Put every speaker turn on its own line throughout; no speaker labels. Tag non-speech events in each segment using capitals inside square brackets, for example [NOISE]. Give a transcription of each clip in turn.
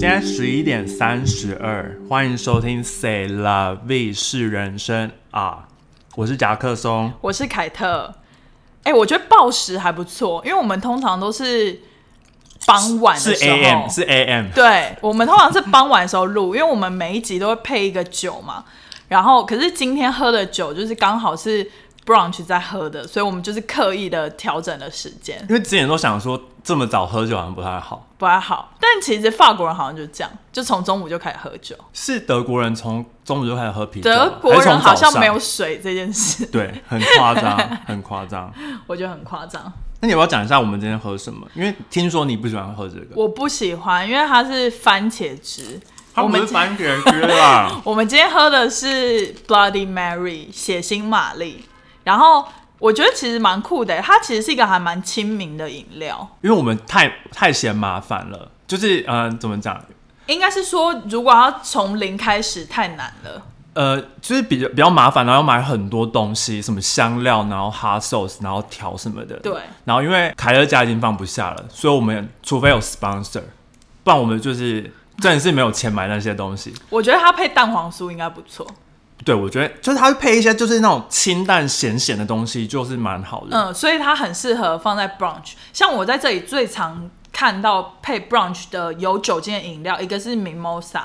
在十一点三十二，欢迎收听《Say Love V 是人生啊》，我是夹克松。
我是凯特。哎、我觉得报时还不错，因为我们通常都是傍晚
是
的时候
AM，是 AM，
对，我们通常是傍晚的时候录，因为我们每一集都会配一个酒嘛。然后，可是今天喝的酒就是刚好是 brunch 在喝的，所以我们就是刻意的调整了时间，
因为之前都想说这么早喝酒好像不太好，
不太好。但其实法国人好像就这样，就从中午就开始喝酒。
是德国人从中午就开始喝啤酒
德
了，
国
啊还是
人
从
好像
早上
没有水这件事， [LAUGHS]
对，很夸张，很夸张。
我觉得很夸张。
那你要不要讲一下我们今天喝什么？因为听说你不喜欢喝这个，
我不喜欢，因为它是番茄汁。
它
我
不
们。
是番茄汁啦
我们今天喝的是 Bloody Mary 血腥玛丽，然后我觉得其实蛮酷的，欸它其实是一个还蛮亲民的饮料。
因为我们太太嫌麻烦了，就是嗯、呃怎么讲？
应该是说，如果要从零开始太难了，
呃，就是比较比较麻烦，然后要买很多东西，什么香料，然后哈 sauce，然后调什么的。
对。
然后因为凯乐家已经放不下了，所以我们除非有 sponsor，不然我们就是真的是没有钱买那些东西。
我觉得它配蛋黄酥应该不错。
对，我觉得就是它会配一些就是那种清淡咸咸的东西，就是蛮好的。
嗯，所以它很适合放在 brunch。像我在这里最常看到配 brunch 的有酒精的饮料，一个是 mimosa，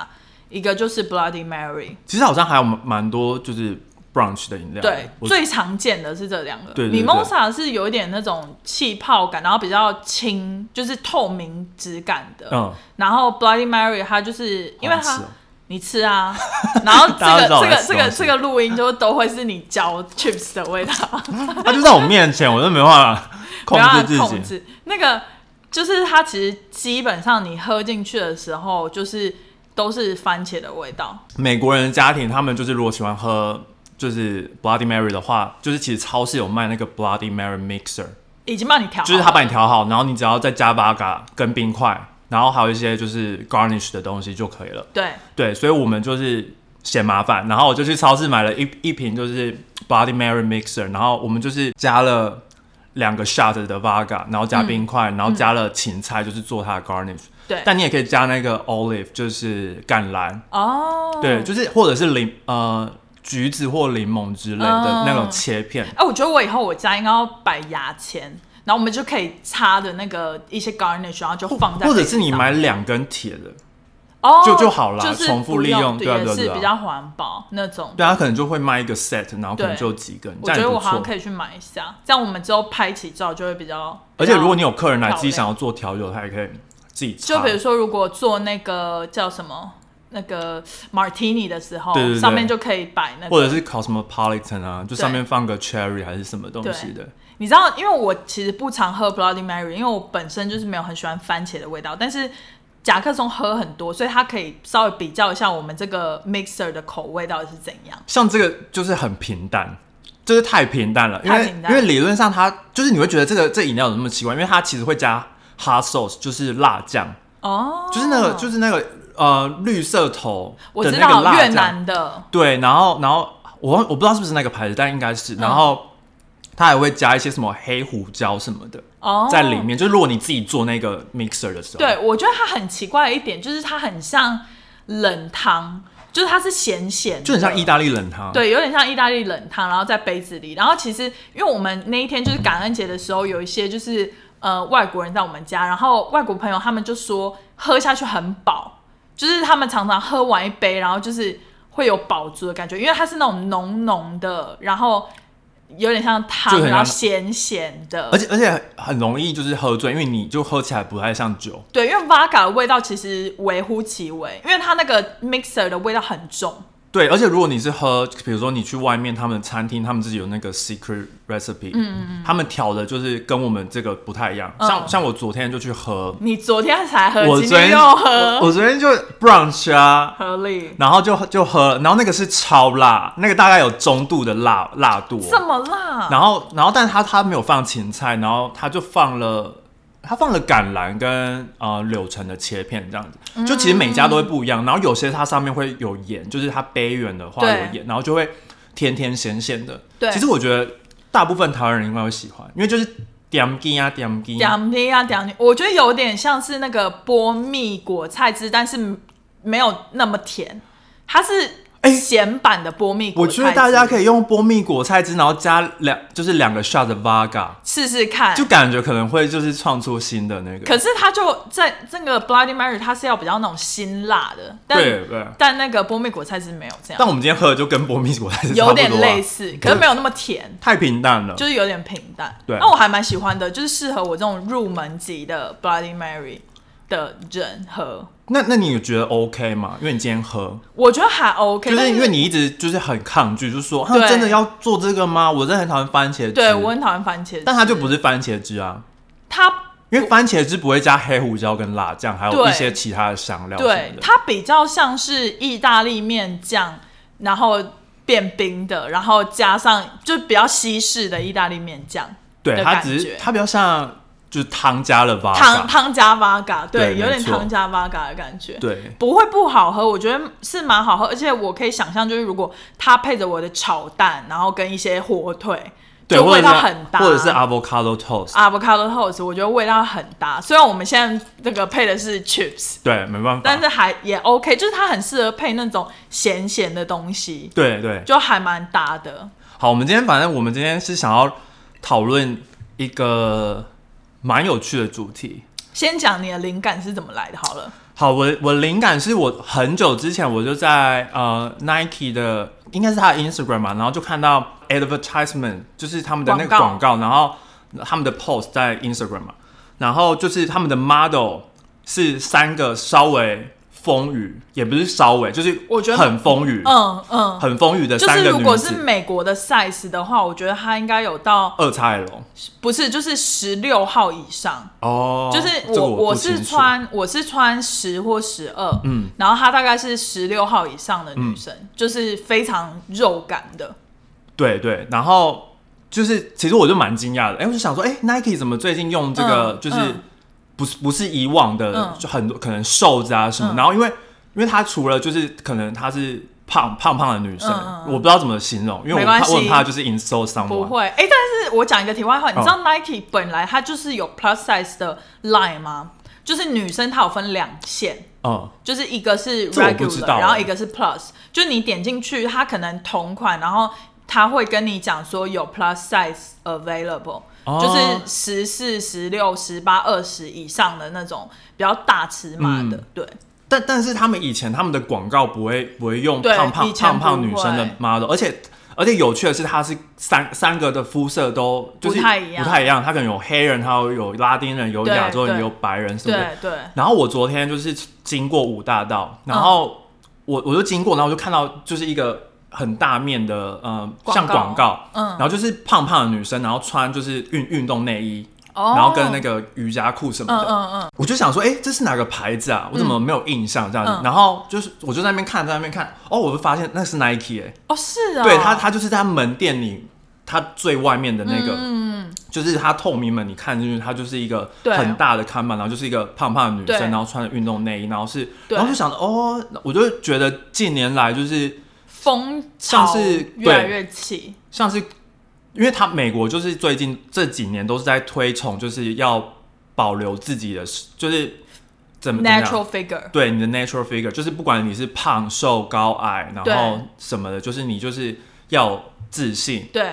一个就是 Bloody Mary。
其实好像还有蛮蛮多就是 brunch 的饮料。
对，
我
最常见的是这两个。
对对对
Mimosa 是有一点那种气泡感，然后比较轻，就是透明质感的。
嗯，
然后 Bloody Mary 它就是因为
好
它、
好吃哦
你吃啊， [LAUGHS] 然后这
[LAUGHS] 大家
个
知道我
这
在
个
吃
这个
东西
这个录音就都会是你嚼 chips 的
[LAUGHS]
味道，
它就在我面前，我都没办法控
没办
制
法
自己。
控制那个。就是它其实基本上你喝进去的时候，就是都是番茄的味道，
美国人的家庭，他们就是如果喜欢喝就是 Bloody Mary 的话，就是其实超市有卖那个 Bloody Mary mixer，
已经帮你调好了，
就是他把你调好，然后你只要再加八嘎跟冰块，然后还有一些就是 garnish 的东西就可以了。
对，
对，所以我们就是嫌麻烦，然后我就去超市买了一一瓶就是 Bloody Mary mixer，然后我们就是加了。两个 shot 的 vaga，然后加冰块，然后加了芹菜，就是做它的 garnish。
对
但你也可以加那个 olive，就是橄榄。
哦，
对，就是或者是柠呃橘子或柠檬之类的
嗯
那种切片，
哎、我觉得我以后我家应该要摆牙签，然后我们就可以插的那个一些 garnish，然后就放在
或者
杯子
是你
上
买两根铁的，
哦
就就好啦
就是
重复
不
利
用
用对啊
也
对啊对
是
啊
比较环保那种。
对，它可能就会卖一个 set，然后可能
对
就有几根，
我
这
觉
样也
得
不
我好像
错。
可以去买一下，这样我们之后拍起照就会比较。
而且如果你有客人来
漂
自己
亮
想要做调酒，他也可以自己
就
插
比如说，如果做那个叫什么那个 martini 的时候，
对对对
上面就可以摆那个，
或者是 cosmopolitan 啊，就上
对
面放个 cherry 还是什么东西的，
你知道，因为我其实不常喝 Bloody Mary，因为我本身就是没有很喜欢番茄的味道，但是甲克松喝很多，所以他可以稍微比较一下我们这个 mixer 的口味到底是怎样。
像这个就是很平淡，就是太平淡了，因
太
为
平
因
淡
为理论上它就是你会觉得这个这饮料怎么那么奇怪，因为它其实会加 hot sauce，就是辣酱，
哦，
就是那个，就是那个呃绿色头
我
的
知
那个
道
辣
越
酱，
南的，
对，然后然后我忘我不知道是不是那个牌子，但应该
嗯
是，然后它还会加一些什么黑胡椒什么的
哦，
在里。面，就是如果你自己做那个 mixer 的时候，
对，我觉得它很奇怪的一点就是它很像冷汤，就是它是咸咸的，
就很像意大利冷汤，，
对，有点像意大利冷汤，然后在杯子里。然后其实因为我们那一天就是感恩节的时候，有一些就是呃外国人在我们家，然后外国朋友他们就说喝下去很饱，就是他们常常喝完一杯，然后就是会有饱足的感觉，因为它是那种浓浓的，然后有点像
就
汤，
很像
然后咸咸的，
而且而且很容易就是喝醉，因为你就喝起来不太像酒，
对，因为 Vaga 的味道其实微乎其微，因为它那个 mixer 的味道很重。
对，而且如果你是喝，比如说你去外面他们餐厅，他们自己有那个 secret recipe，嗯嗯他们调的就是跟我们这个不太一样，像
嗯
像我昨天就去喝。
你昨天才喝，
我
今
昨天
天又喝，
我，我昨天就 brunch 啊，
合理。
然后就就喝，然后那个是超辣，那个大概有中度的辣辣度哦、
这么辣？
然后然后但他他没有放芹菜，然后他就放了。他放了橄榄跟呃柳橙的切片这样
嗯
子，就其实每家都会不一样。然后有些它上面会有盐，就是它杯圆的话
对
有盐，然后就会甜甜咸咸的。
对
其实我觉得大部分台湾人应该会喜欢，因为就是点鸡啊，点鸡，
点滴啊点滴，我觉得有点像是那个波蜜果菜汁，但是没有那么甜，它是
哎
咸版的波蜜果
我
菜汁。
觉得大家可
以
以用波蜜果菜汁，然后加两就是两个 shot 的 Vaga，
试试看，
就感觉可能会就是创出新的那个。
可是它就在这个 Bloody Mary，它是要比较那种辛辣的，但
对对，
但那个波蜜果菜汁没有这
但
样，
我们今天喝的就跟波蜜果菜汁差
有
不多啊
点类，似，可是没有那么甜，
太平淡了。
就是有点平淡。
对
那我还蛮喜欢的，就是适合我这种入门级的 Bloody Mary 的人喝，
那那你有觉得 OK 吗？因为你今天喝，
我觉得还 OK，
就是
但
因为你一直就是很抗拒，就是说，哈，啊
对
真的要做这个吗？我真的很讨厌番茄汁，
对我很讨厌番茄汁，
但它就不是番茄汁啊，
它。
因为番茄汁不会加黑胡椒跟辣酱，还有
对
一些其他的香料什
对
么，的。
它比较像是意大利面酱，然后变冰的，然后加上就比较西式的意大利面酱。
对，
的
它
感
只是
觉
它比较像就是汤加了吧，
汤汤加 v 嘎，
对
对，有
没
点
错
汤加 v 嘎的感觉。
对，
不会不好喝，我觉得是蛮好喝，而且我可以想象，就是如果它配着我的炒蛋，然后跟一些火腿，
对，
就
或
味
者
道
是
很搭，
或者是啊 avocado toast，
avocado toast，我觉得味道很搭。虽然我们现在这个配的是 chips，
对，没办法，
但是还也 OK，就是它很适合配那种咸咸的东西，
对对，
就还蛮搭的。
好，我们今天反正我们今天是想要讨论一个蛮有趣的主题。
先讲你的灵感是怎么来的好了。
好，我我灵感是我很久之前我就在呃 Nike 的应该是他的 Instagram 嘛，然后就看到 advertisement，就是他们的那个广
广
告，然后他们的 post 在 Instagram 嘛，然后就是他们的 model 是三个稍微风雨，也不是稍微，就是
我觉得
很风雨，
嗯嗯，
很风雨的
就
三
是
个
如
女
果是
子，
美国的 size 的话，我觉得它应该有到
二叉 L
不是就是十六号以上。
哦，
就是
这个
我
我不
是
清楚
穿我是穿十或十二，嗯，然后她大概是十六号以上的
嗯
女生，就是非常肉感的，
对对，然后就是其实我就蛮惊讶的，哎、我就想说，哎、n i k e 怎么最近用这个、
嗯
就是
嗯
不是不是以往的、
嗯
就很多可能瘦子啊什么，
嗯
然后因为因为她除了就是可能她是胖胖胖的女生，
嗯嗯
我不知道怎么形容，因为
没
我怕
关系
我很怕就是 insult
不
someone。
会。哎、但是我讲一个题外话，你知
哦
道 Nike 本来它就是有 plus size 的 line 吗？就是女生它有分两线，
嗯，
就是一个是
这我不知
regular，
道
然后一个是 plus，就你点进去，它可能同款，然后它会跟你讲说有 plus size available，、
哦
就是十四、十六、十八、二十以上的那种比较大尺码
嗯
的，对
但但是他们以前他们的广告不会不会用
对
胖胖
以前
胖
不
胖女生的
会
model，而且而且有趣的是，它是三三个的肤色都就是
不太一样
不太一样，它可能有黑人，还有有拉丁人，有
对
亚洲人，
对
有白人什么的。
对对，
然后我昨天就是经过五大道，然后我我就经过，然后我就看到就是一个很大面的呃
告
像广告，
嗯
然后就是胖胖的女生，然后穿就是运运动内衣，
哦
然后跟那个瑜伽裤什么
嗯
的，
嗯嗯，
我就想说，哎、这是哪个牌子啊？我怎么没有印象这样子？
嗯
然后就是我就在那边看，在那边看，哦，我就发现那是 Nike 哎、
哦是啊，
对它它就是在它门店里它最外面的那个，
嗯
就是它透明门，你看进去，它就是一个
对
很大的看板，然后就是一个胖胖的女
对
生，然后穿着运动内衣，然后是，
对
然后就想着哦，我就觉得近年来就是
风
像
潮
是
越来
对
越起，
像是，因为它美国就是最近这几年都是在推崇，就是要保留自己的，就是怎么怎么样
natural figure。
对你的 natural figure，就是不管你是胖瘦高矮，然后
对
什么的，就是你就是要有自信，
对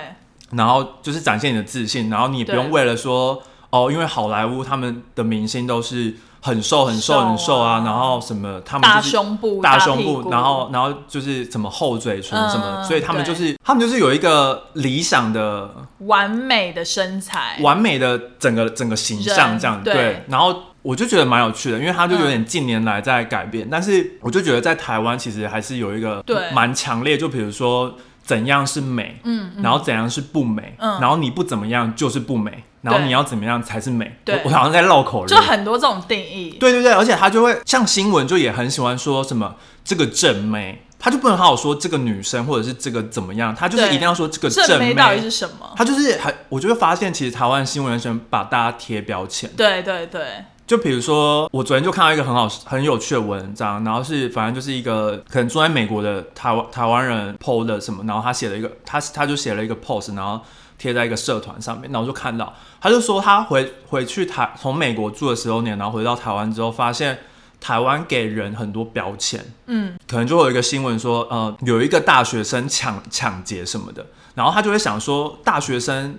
然后就是展现你的自信，然后你也不
对
用为了说哦，因为好莱坞他们的明星都是很瘦很瘦
瘦啊
很瘦啊，然后什么他们
大
就是
胸部、
大胸
屁
部，
股，
然后然后就是什么厚嘴唇什么的，
嗯
所以他们
对
就是他们就是有一个理想的
完美的身材，
完美的整个整个形象
人
这样
对
然后我就觉得蛮有趣的，因为它就有点近年来在改变，但是我就觉得在台湾其实还是有一个
嗯对
蛮强烈，就比如说怎样是美，嗯，然后怎样是不美，
嗯
然后你不怎么样就是不美，然后你要怎么样才是美，
对
我我 [LAUGHS] 好像在绕口令，
就很多这种定义。
对对对，而且他就会像新闻就也很喜欢说什么这个正妹，他就不能好好说这个女生或者是这个怎么样，他就是
对
一定要说这个
正
妹
妹到底是什么？
他就是很，我就会发现，其实台湾新闻人喜欢把大家贴标签。
对对对，
就比如说，我昨天就看到一个很好、很有趣的文章，然后是反正就是一个可能住在美国的台湾台湾人 PO 的什么，然后他写了一个，他他就写了一个 post，然后贴在一个社团上面，然后我就看到，他就说他回回去台从美国住了十多年，然后回到台湾之后，发现台湾给人很多标签，
嗯，
可能就会有一个新闻说，呃，有一个大学生抢抢劫什么的，然后他就会想说，大学生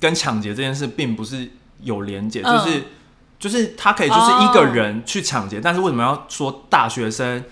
跟抢劫这件事并不是有连结，
嗯
就是就是他可以就是一个人去抢
哦
劫，但是为什么要说大学生？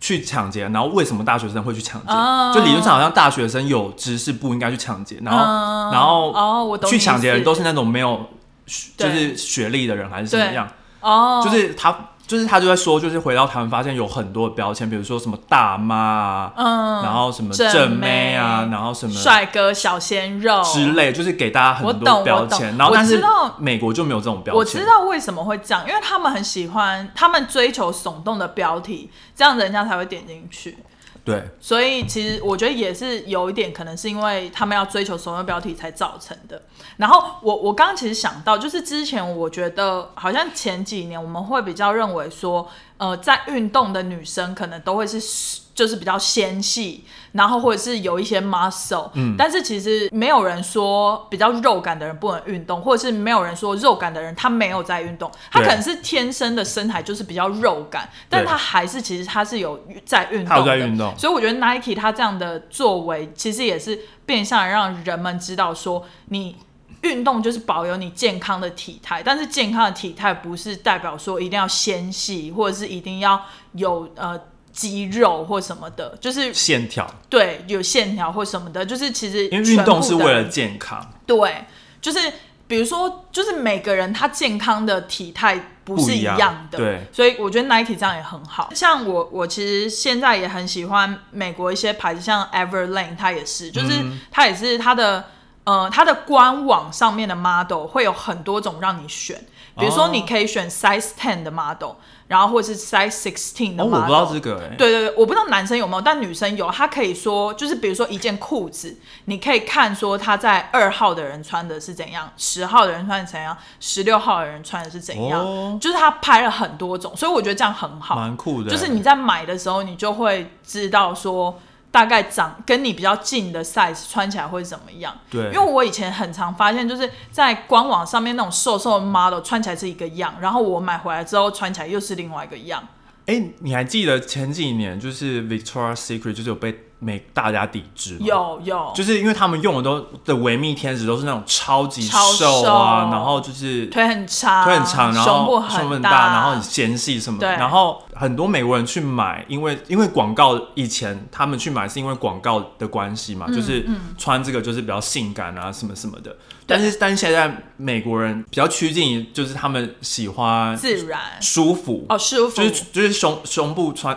去抢劫，然后为什么大学生会去抢劫？
哦
就理论上好像大学生有知识不应该去抢劫，然后、
嗯
然后
哦，我懂
去
你意
抢劫的人
思
都是那种没有学就
对
是学历的人还是怎么样，
哦，
就是他就是他就在说，就是回到台湾发现有很多的标签，比如说什么大妈啊，
嗯，
然后什么
正
正妹啊，
妹
然后什么
帅哥小鲜肉
之类，就是给大家很
我
多
懂
标
我懂
签。然后但
我
是
知道
美国就没有这种标签，
我知道为什么会这样，因为他们很喜欢，他们追求耸动的标题，这样人家才会点进去。
对
所以其实我觉得也是有一点，可能是因为他们要追求耸动标题才造成的。然后我我刚刚其实想到，就是之前我觉得好像前几年我们会比较认为说，呃，在运动的女生可能都会是就是比较纤细，然后或者是有一些 muscle，嗯，但是其实没有人说比较肉感的人不能运动，或者是没有人说肉感的人他没有在运动，他
对
可能是天生的身材就是比较肉感，但
对
他还是其实他是有在运动的，
他有在运动
所以我觉得 Nike 它这样的作为，其实也是变相让人们知道说，你运动就是保有你健康的体态，但是健康的体态不是代表说一定要纤细，或者是一定要有呃肌肉或什么的，就是
线条，
对有线条或什么的，就是其实
因为运动是
全部
为
的
了
人
健康，
对，就是比如说，就是每个人他健康的体态不
不
是
一样
样的，
对
所以我觉得 Nike 这样也很好。像我，我其实现在也很喜欢美国一些牌子，像 Everlane，它也
嗯
是，就是它也是它的。呃，它的官网上面的 model 会有很多种让你选，比如
哦
说你可以选 size ten 的 model，、然后或是 size sixteen 的
哦，我
model、
不知道这个哎、欸，
对对对，我不知道男生有没有，但女生有。她可以说，就是比如说一件裤子，你可以看说她在二号的人穿的是怎样，十号的人穿的怎样，十六号的人穿的是怎样，
哦
就是她拍了很多种，所以我觉得这样很好。
蛮酷的欸、
就是你在买的时候，你就会知道说大概长跟你比较近的 size 穿起来会怎么样。
对
因为我以前很常发现，就是在官网上面那种瘦瘦的 model 穿起来是一个样，然后我买回来之后穿起来又是另外一个样。
哎、你还记得前几年就是 Victoria Secret 就是有被美大家抵制吗？
有有，
就是因为他们用的都的维密天使都是那种超级
超
瘦啊，
瘦
然后就是
腿很长，
腿很长，然
胸
后
部很
很
大
然后很纤细什么的。
对
然后很多美国人去买，因为因为广告以前他们去买是因为广告的关系
嗯
嘛，就是穿这个就是比较性感啊什么什么的。但是但是现在美国人比较趋近于就是他们喜欢
自然
舒服
哦，舒服，
就是就是胸胸部穿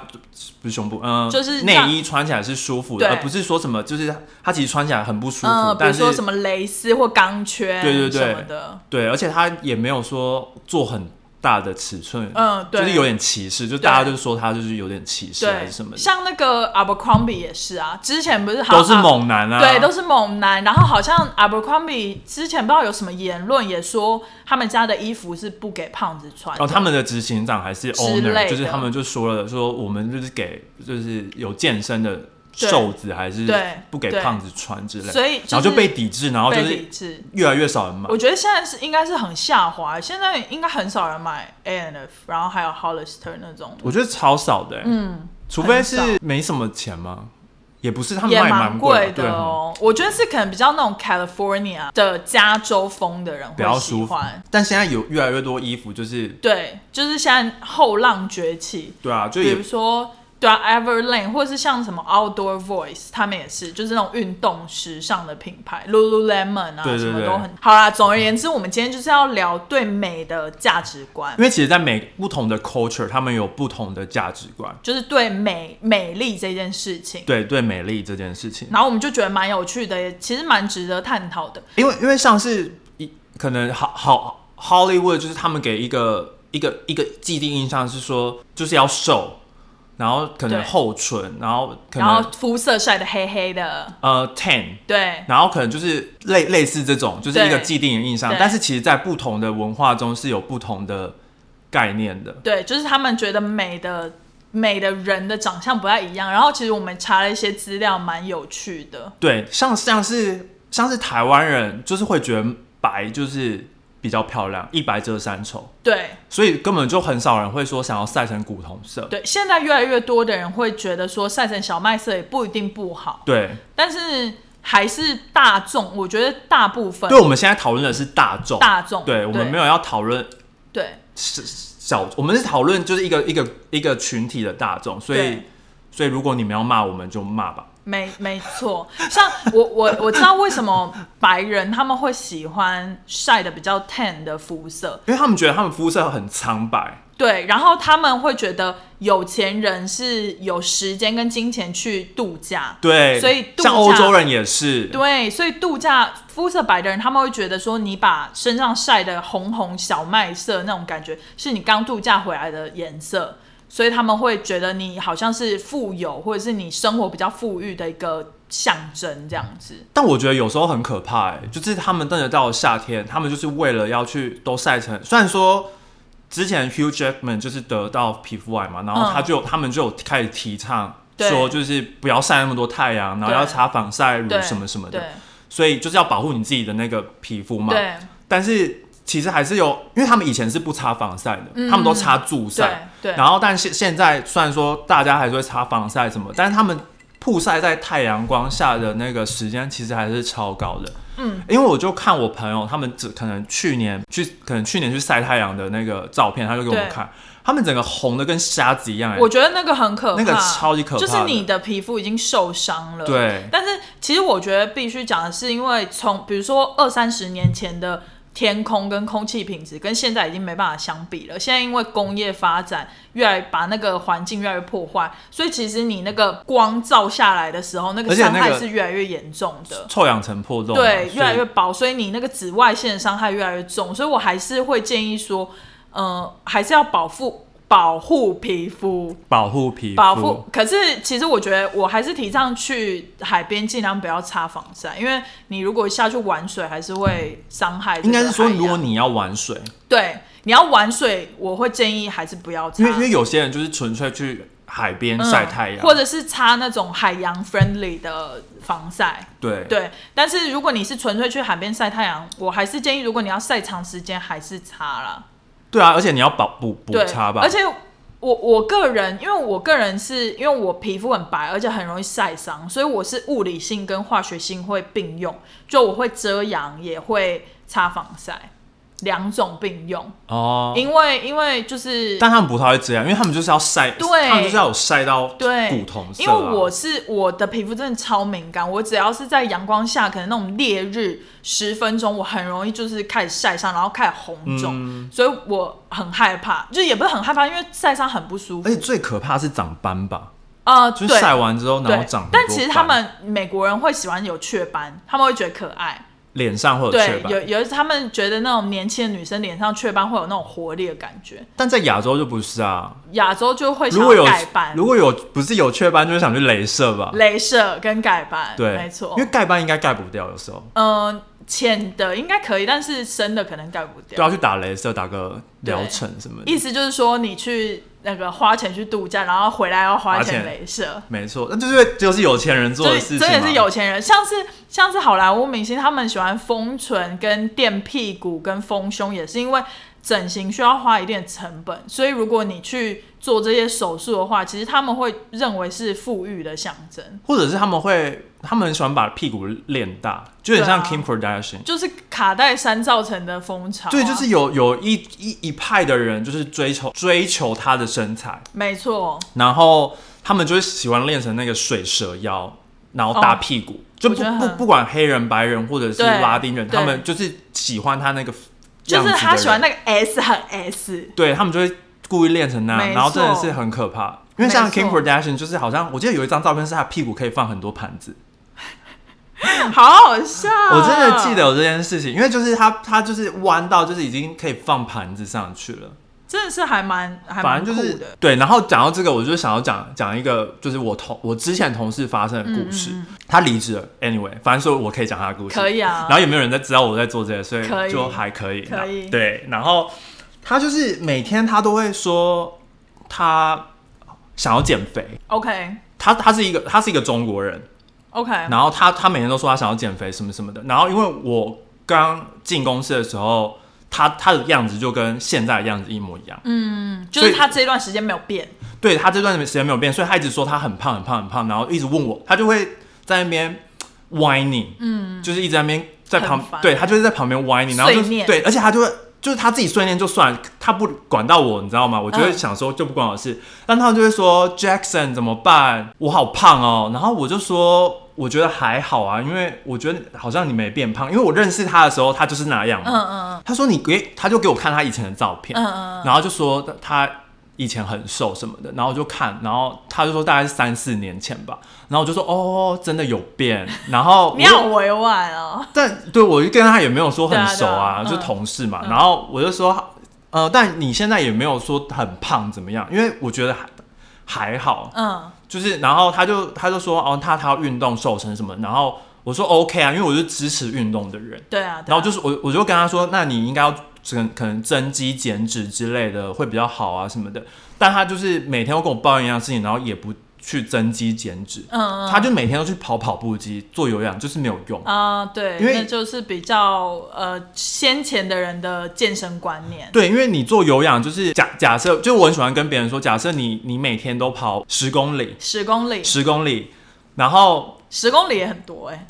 不是胸部，嗯、
就是这
内
样
衣穿起来是舒服
对
的，而不是说什么就是它其实穿起来很不舒服，
嗯，比如
但是
说什么蕾丝或钢圈，
对对对
什么的，
对，而且它也没有说做很大的尺寸，
嗯，对，
就是有点歧视，就大家就说它就是有点歧视还
对
是什么的，
像那个 Abercrombie 也是啊，之前不是好
都是、猛男啊，
对，都是猛男，然后好像 Abercrombie 之前不知道有什么言论，也说他们家的衣服是不给胖子穿的
哦，他们的执行长还是
之类
owner，
的
就是他们就说了，说我们就是给就是有健身的
对
瘦子还是
对
不给
对
胖子穿之类的，
所以就是
然后就被抵制，然哦后就
被
是
抵制。
越来越少人买。
我觉得现在是应该是很下滑，现在应该很少人买 A N F，然后还有 Hollister 那种。
我觉得超少的、欸，
嗯，
除非
很
是没什么钱吗？也不是，他们
也
啊卖
蛮
贵
贵
对
的
哦
哦。我觉得是可能比较那种 California 的加州风的人
比较
会喜
舒服
欢。。
但现在有越来越多衣服，就是
对，就是现在后浪崛起，
对啊，就
比
也
如说对啊，Everlane，或是像什么 Outdoor Voice，他们也是，就是那种运动时尚的品牌，Lululemon 啊，
对对
什么
对
都很好啦。总而言之，我们今天就是要聊对美的价值观
因。为其实，在每不同的 culture，他们有不同的价值观，
就是对美美丽这件事情，
对对，美丽这件事情。
然后我们就觉得蛮有趣的，也其实蛮值得探讨的。
因为因为像是一可能好好 Hollywood 就是他们给一个一个一个既定印象是说就是要瘦，然后可能
对
厚唇，然后可
然
能
后肤色晒得黑黑的，
呃 tan，
对，
然后可能就是类类似这种，就是一个
对
既定的印象
对，
但是其实，在不同的文化中是有不同的概念的。
对，就是他们觉得美的美的人的长相不太一样。然后其实我们查了一些资料，蛮有趣的。
对，像像是像是台湾人就是会觉得白就是比较漂亮，一白遮三丑，
对
所以根本就很少人会说想要晒成古铜色。
对，现在越来越多的人会觉得说晒成小麦色也不一定不好，
对，
但是还是大众，我觉得大部分
对，我们现在讨论的是大众，
大众
对我们没有要讨论
对
是小，我们是讨论就是一个一个一个群体的大众，所以
对
所以如果你们要骂我们就骂吧，
没没错，像我 [LAUGHS] 我我知道为什么白人他们会喜欢晒的比较 tan 的肤色，
因为他们觉得他们肤色很苍白，
对，然后他们会觉得有钱人是有时间跟金钱去度假，
对，
所以度
像欧
假
洲人也是，
对，所以度假肤色白的人，他们会觉得说，你把身上晒的红红小麦色那种感觉，是你刚度假回来的颜色，所以他们会觉得你好像是富有，或者是你生活比较富裕的一个象征，这样子。
但我觉得有时候很可怕、欸，就是他们真的到了夏天，他们就是为了要去都晒成，虽然说之前 Hugh Jackman 就是得到皮肤癌嘛，然后
嗯
他就、他们就有开始提倡
对
说，就是不要晒那么多太阳，然后
对
要擦防晒乳
对，
嗯什么什么的，
对
所以就是要保护你自己的那个皮肤嘛。
对
但是其实还是有，因为他们以前是不擦防晒的，
嗯
他们都擦助晒
对。对，
然后，但现现在虽然说大家还是会擦防晒什么，但是他们曝晒在太阳光下的那个时间其实还是超高的。
嗯，
因为我就看我朋友他们只可能去年去可能去年去晒太阳的那个照片，他就给我们
对
看，他们整个红的跟瞎子一样、欸。
我觉得那个很可怕，
那个超级可怕的
就是你的皮肤已经受伤了。
对
但是其实我觉得必须讲的是，因为从比如说二三十年前的天空跟空气品质，跟现在已经没办法相比了。现在因为工业发展，越来把那个环境越来越破坏，所以其实你那个光照下来的时候，那
而
个
且那
伤
个
害是越来越严重的。
臭氧层破洞啊、
对，越来
所
越
以
薄，所以你那个紫外线的伤害越来越重，所以我还是会建议说，呃，还是要保护保护皮肤，
保护皮肤，
保护。可是其实我觉得我还是提倡去海边尽量不要擦防晒，因为你如果下去玩水还是会伤害这个
应
海
该
洋。
是说，如果你要玩水，
对你要玩水，我会建议还是不要擦，
因为因为有些人就是纯粹去海边
嗯
晒太阳、
或者是擦那种海洋 friendly 的防晒。
对
对，但是如果你是纯粹去海边晒太阳，我还是建议，如果你要晒长时间，还是擦啦。
对啊，而且你要保补补
对，
擦吧，
而且我我个人，因为我个人是因为我皮肤很白，而且很容易晒伤，所以我是物理性跟化学性会并用，就我会遮阳，也会擦防晒，两种并用。
哦，
因为因为就是
但他们不太会这样，因为他们就是要晒，
对
他们就是要有晒到
对，
古铜色、啊。
因为我是我的皮肤真的超敏感，我只要是在阳光下，可能那种烈日十分钟，我很容易就是开始晒伤，然后开始红肿，
嗯
所以我很害怕，就是也不是很害怕，因为晒伤很不舒服
而。且最可怕是长斑吧，
呃，
哎就
对
是晒完之后然后
对
长很多，
但其实他
斑
们美国人会喜欢有雀斑，他们会觉得可爱。
脸上会有雀
对，
斑，
有有他们觉得那种年轻的女生脸上雀斑会有那种活力的感觉，
但在亚洲就不是啊。
亚洲就会想
如果
要
有
盖斑、
如果有不是有雀斑，就是想去镭射吧。
镭射跟盖斑，
对，
没错，
因为盖斑应该盖不掉，有时候
嗯，浅的应该可以，但是深的可能盖不
都
掉。
啊要去打镭射，打个疗程什么的
意。思就是说，你去那个花钱去度假，然后回来要花钱镭射，
没错，那就是就是有钱人做
就
的
是
事情
真
嘛
的是有钱人，像是像是好莱坞明星，他们喜欢丰唇、跟垫屁股、跟丰胸，也是因为整形需要花一定的成本，所以如果你去做这些手术的话，其实他们会认为是富裕的象征，
或者是他们会，他们很喜欢把屁股练大，就很像
对啊
Kim Kardashian。
就是卡戴珊造成的风潮啊、
对，就是有有一一一派的人，就是追求追求他的身材，
没错，
然后他们就是喜欢练成那个水蛇腰，然后大屁股，就
哦我
不
觉得
不
很
不管黑人、白人或者是
对
拉丁人，
对
他们就是喜欢他那个
就
样子
是
的
他喜欢
人
那个 S 很 S。
对他们就会故意练成那样，
没
然后真的
错
是很可怕。因为像
没错
Kim Kardashian 就是好像我记得有一张照片是他屁股可以放很多盘子，
好好笑。 [LAUGHS] 啊
我真的记得，有这件事情，因为就是他他就是弯到就是已经可以放盘子上去了。
真的是还蛮还
反
蛮
正
酷
就是
的。
对，然后讲到这个，我就想要讲讲一个，就是我同我之前同事发生的故事。他离职了，anyway，反正说我可以讲他的故事，
嗯可以啊
然后也没有人在知道我在做这个，所
可以
就还可以。
可
那
以
对，然后他就是每天他都会说他想要减肥，
OK，
他他是一个他是一个中国人，
OK，
然后他他每天都说他想要减肥什么什么的。然后因为我刚进公司的时候，他他的样子就跟现在的样子一模一样。
嗯，就
所
是
以
他这段时间没有变，
对他这段时间没有变，所以他一直说他很胖很胖很胖，然后一直问我，他就会在那边 whining，嗯，就是一直在那边在旁
很烦，
对他就是在旁边 whining，然后就
碎念
对，而且他就会就是他自己碎念就算，他不管到我，你知道吗？我就会想说就不管我
嗯
事，但他们就会说 Jackson 怎么办？我好胖哦，然后我就说。我觉得还好啊，因为我觉得好像你没变胖，因为我认识他的时候，他就是那样嘛。
嗯嗯
他说你给，他就给我看他以前的照片，
嗯嗯
然后就说他以前很瘦什么的，然后我就看，然后他就说大概是三四年前吧，然后我就说哦，真的有变， [LAUGHS] 然后
嗯，
我
你好
就
委婉哦，
但对我就跟他也没有说很熟
对啊
啊，
对啊
就
嗯
同事嘛，
嗯
然后我就说呃，但你现在也没有说很胖怎么样，因为我觉得还还好，
嗯
就是然后他就他就说哦，他他要运动瘦身什么，然后我说 OK 啊，因为我是支持运动的人。
对啊，对
然
啊
后就是我我就跟他说，那你应该要可能可能增肌减脂之类的会比较好啊什么的。但他就是每天都跟我抱怨一样的事情，然后也不去增肌减脂，
嗯嗯
他就每天都去跑跑步机、做有氧，就是没有用。
啊、对，
因为
那就是比较呃先前的人的健身观念，
对，因为你做有氧就是假假设，就我很喜欢跟别人说，假设你你每天都跑十公里，
十公里，
十公里，然后
十公里也很多哎、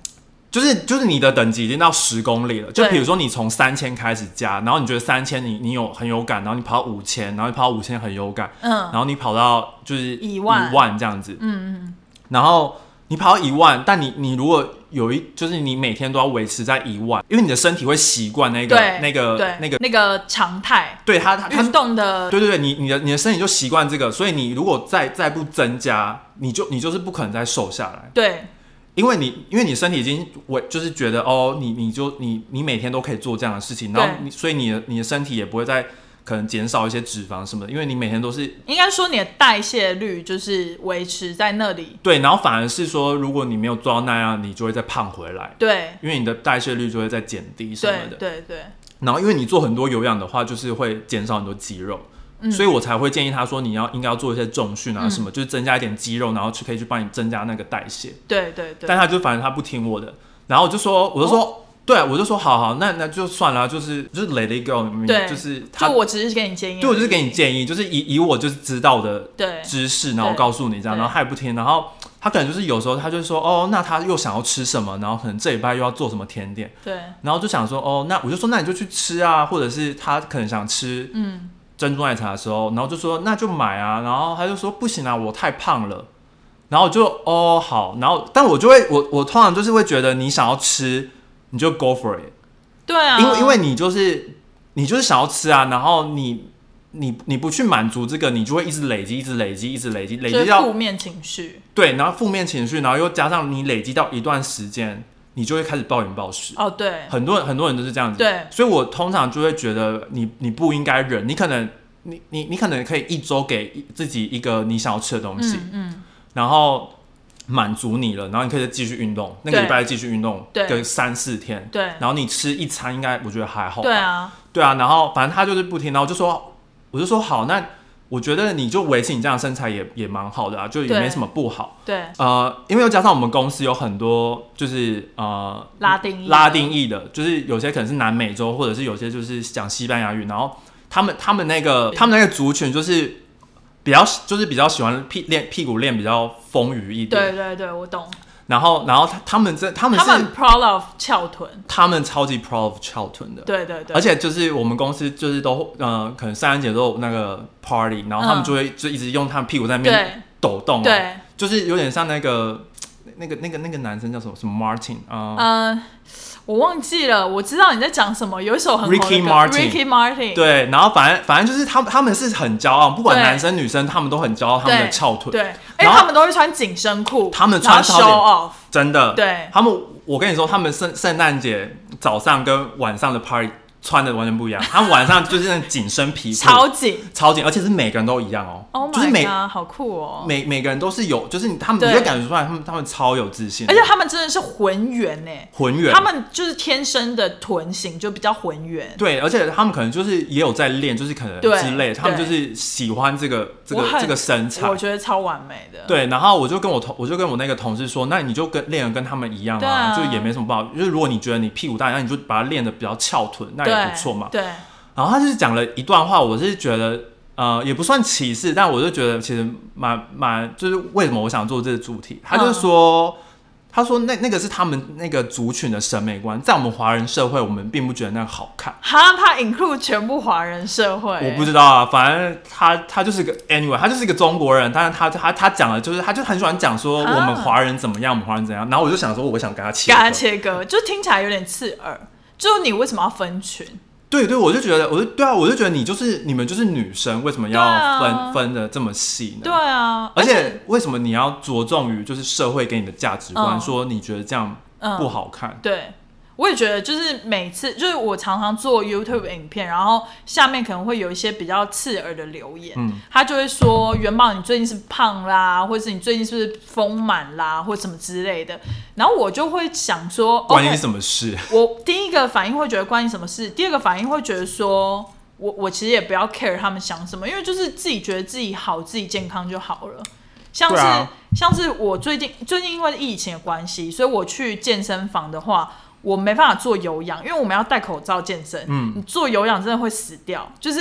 就是就是你的等级已经到十公里了，就
对
比如说你从三千开始加，然后你觉得三千你你有很有感，然后你跑五千，然后你跑五千很有感，
嗯
然后你跑到就是
一万
一万这样子，
嗯嗯，
然后你跑到一万，但你你如果有一就是你每天都要维持在一万，因为你的身体会习惯那个
对，
那个
对
那个，
那个常态
对它它它
运动的，
对对对，你你的你的身体就习惯这个，所以你如果再再不增加，你就你就是不可能再瘦下来，
对
因为你因为你身体已经我就是觉得哦，你你就你你每天都可以做这样的事情，然后
对
你所以你的你的身体也不会再可能减少一些脂肪什么的，因为你每天都是
应该说你的代谢率就是维持在那里，
对，然后反而是说，如果你没有做到那样，你就会再胖回来，
对
因为你的代谢率就会再减低什么
对
的。
对对，
然后因为你做很多有氧的话，就是会减少很多肌肉，
嗯
所以我才会建议他说你要应该要做一些重训啊什么，就是增加一点肌肉，然后去可以去帮你增加那个代谢。
对对对哦
但，他就反正他不听我的，然后我就说我就说、对，我就说好好，那那就算了，就是就是 let it go，你明
对，
就是他
就我只是给你建议而已，
对我就是给你建议，就是以以我就是知道的
对
知识，然后
对
我告诉你这样，
对
然后他也不听，然后他可能就是有时候他就说哦，那他又想要吃什么，然后可能这礼拜又要做什么甜点，
对，
然后就想说哦，那我就说那你就去吃啊，或者是他可能想吃
嗯
珍珠奶茶的时候，然后就说那就买啊，然后他就说不行啊，我太胖了。然后我就哦好，然后但我就会我我通常就是会觉得你想要吃你就 go for it，
对啊，
因为因为你就是你就是想要吃啊，然后你你你不去满足这个，你就会一直累积，一直累积，一直累积，累
就是
积
负
到
面情绪
对，然后负面情绪，然后又加上你累积到一段时间，你就会开始暴饮暴食。
哦，对
很多人很多人都是这样子，
对
所以我通常就会觉得你你不应该忍，你可能你你你可能可以一周给自己一个你想要吃的东西，
嗯嗯，
然后满足你了，然后你可以再继续运动，那个
对
礼拜继续运动
对
个三四天，
对
然后你吃一餐应该我觉得还好吧，
对啊，
对啊，然后反正他就是不听，然后我就说，我就说好，那我觉得你就维持你这样的身材也也蛮好的啊，就也
对
没什么不好。
对
呃，因为又加上我们公司有很多就是呃
拉丁裔
拉丁裔的，就是有些可能是南美洲，或者是有些就是讲西班牙语，然后他们他们那个他们那个族群就是比较就是比较喜欢屁练屁股练比较丰腴一点，
对对对，我懂，
然后然后他他们这他们
他
是
们很 proud of 翘臀，
他们超级 proud of 翘臀的，
对对对，
而且就是我们公司就是都呃，可能圣诞节都有那个 party，然后他们
嗯
就会就一直用他们屁股在那边
对
抖动、啊，，
对，
就是有点像那个那个那个那个男生叫什么什么 Martin 啊、
嗯，我忘记了，我知道你在讲什么，有一首很红的歌
Ricky Martin
Ricky Martin，
对，然后反正反正就是他们他们是很骄傲，不管
对
男生女生，他们都很骄傲他们的翘臀，
对，而且
然后
他们都会穿紧身裤，
他们穿
然
超
后 show off，
真的，
对
他们我跟你说，他们圣圣诞节早上跟晚上的 party 穿的完全不一样，他们晚上就是那种紧身皮裤，
超紧
超紧，而且是每个人都一样哦、
，Oh
就是
my
每
god，好酷哦！
每每个人都是有，就是你他们
对
你就感觉出来，他们他们超有自信的，
而且他们真的是浑圆呢，
浑圆，
他们就是天生的臀型就比较浑圆。
对，而且他们可能就是也有在练，就是可能
对
之类的，他们
对
就是喜欢这个这
我
个
很
这个身材
我。觉得超完美的。
对，然后我就跟我同，我就跟我那个同事说，那你就跟练得跟他们一样
对啊
就也没什么不好。就是如果你觉得你屁股大，那你就把它练得比较翘臀，那
对，
也不错嘛。
对，
然后他就是讲了一段话，我是觉得呃也不算歧视，但我就觉得其实蛮蛮就是为什么我想做这个主题，他
嗯
就说。他说那：“那个是他们那个族群的审美观，在我们华人社会，我们并不觉得那个好看。
哈，他 include 全部华人社会，
我不知道啊，反正他他就是个 anyway，他就是一个中国人，但是他他他讲的就是，他就很喜欢讲说我
啊
们华人怎么样，我们华人怎样。然后我就想说，我想跟他切
跟
割，
他切割，就听起来有点刺耳。就你为什么要分群？
对对，我就觉得，我就对啊，我就觉得你就是你们就是女生，为什么要
对啊
分、分的这么细呢？
对啊，
而且为什么你要着重于就是社会给你的价值观，
嗯
说你觉得这样
嗯
不好看？
对，我也觉得，就是每次，就是我常常做 YouTube 影片，然后下面可能会有一些比较刺耳的留言，
嗯
他就会说元宝你最近是不是胖啦，或者是你最近是不是丰满啦，或什么之类的。然后我就会想说
关你
，OK，
什么事？
我第一个反应会觉得关你什么事，第二个反应会觉得说。我我其实也不要 care 他们想什么，因为就是自己觉得自己好，自己健康就好了。像是、
对啊
像是我最近最近因为疫情的关系，所以我去健身房的话，我没办法做有氧，因为我们要戴口罩健身。
嗯
你做有氧真的会死掉，就是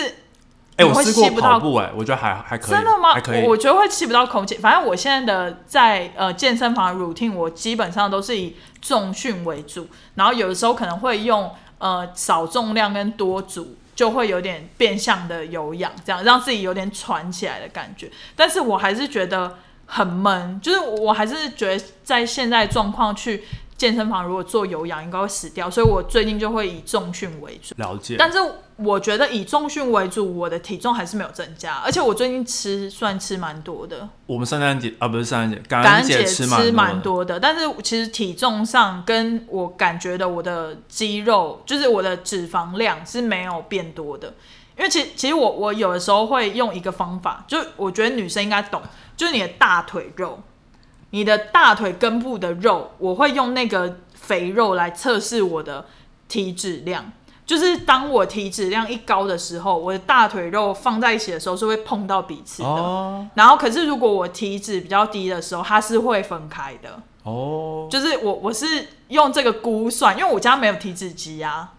哎、
你
我
会
试过
吸不
跑
到
步、哎，我觉得还还可以，
真的吗
还可？以。
我我觉得会吸不到空气。反正我现在的在呃健身房的 routine，我基本上都是以重训为主，然后有的时候可能会用呃少重量跟多组，就会有点变相的有氧，这样让自己有点喘起来的感觉。但是我还是觉得很闷，就是我还是觉得在现在状况去健身房如果做有氧应该会死掉，所以我最近就会以重训为主。
了解，
但是我觉得以重训为主，我的体重还是没有增加，而且我最近吃算吃蛮多的，
我们圣诞节啊，不是圣诞节，感
感恩
节
节
吃
吃
蛮
蛮
的。
多的，但是其实体重上跟我感觉的我的肌肉，就是我的脂肪量是没有变多的。因为其其实我我有的时候会用一个方法，就我觉得女生应该懂，就是你的大腿肉，你的大腿根部的肉，我会用那个肥肉来测试我的体脂量。就是当我体脂量一高的时候，我的大腿肉放在一起的时候是会碰到彼此的。
哦
然后，可是如果我体脂比较低的时候，它是会分开的。
哦
就是我我是用这个估算，因为我家没有体脂机啊，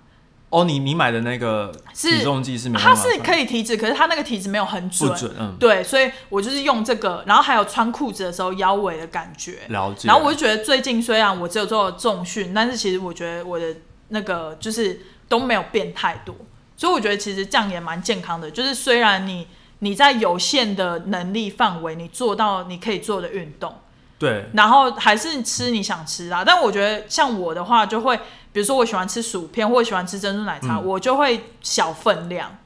哦，你你买的那个
是
体重计是没办
它
法
是可
以
以体脂，可是它那个体脂没有很
不
准。
准，嗯，
对，所以我就是用这个，然后还有穿裤子的时候腰围的感觉。
了解。
然后我就觉得最近虽然我只有做重训，但是其实我觉得我的那个就是都没有变太多，所以我觉得其实这样也蛮健康的。就是虽然你你在有限的能力范围，你做到你可以做的运动，
对
然后还是吃你想吃的啊、但我觉得像我的话，就会比如说我喜欢吃薯片，或者喜欢吃珍珠奶茶，
嗯哦
我就会小分量，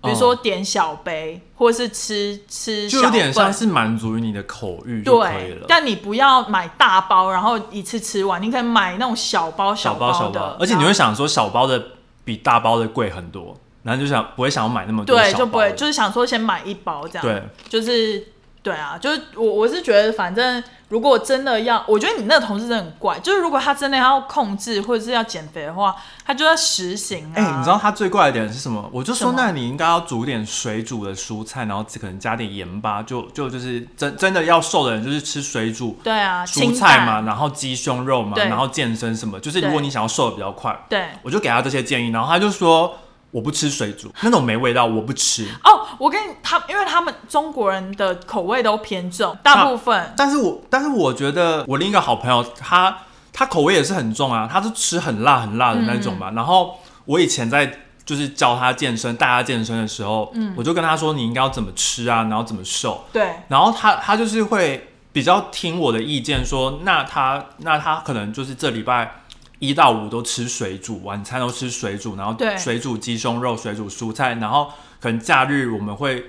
比如说点小杯，或者是吃吃小
就有点像
份
是满足于你的口欲就可以
对
了，。
但你不要买大包，然后一次吃完，你可以买那种小包
小包
包
小
的，
包，而且你会想说小包的比大包的贵很多，然后就想不会想要买那么多
对，
小
就不会
包的
就是想啊说先买一包这样，
对，
就是对啊，就是我我是觉得反正如果真的要，我觉得你那个同事真的很怪，就是如果他真的要控制或者是要减肥的话，他就要实行啊，
哎、你知道他最怪的点是什么？我就说
什，么
那你应该要煮点水煮的蔬菜，然后可能加点盐巴，就就就是真真的要瘦的人就是吃水煮
对啊，
蔬
清
菜
淡
嘛，，然后鸡胸肉嘛，
对
然后健身什么，就是如果
对
你想要瘦的比较快，
对。
我就给他这些建议，然后他就说我不吃水煮，那种没味道，我不吃。
哦，我跟你他，因为他们中国人的口味都偏重，大部分
但是我但是我觉得我另一个好朋友他他口味也是很重啊，他是吃很辣很辣的那种嘛。然后我以前在就是教他健身、带他健身的时候，我就跟他说你应该要怎么吃啊，然后怎么瘦，
对
然后他他就是会比较听我的意见说，那他那他可能就是这礼拜。一到五都吃水煮，晚餐都吃水煮，然后
对
水煮鸡胸肉、水煮蔬菜，然后可能假日我们会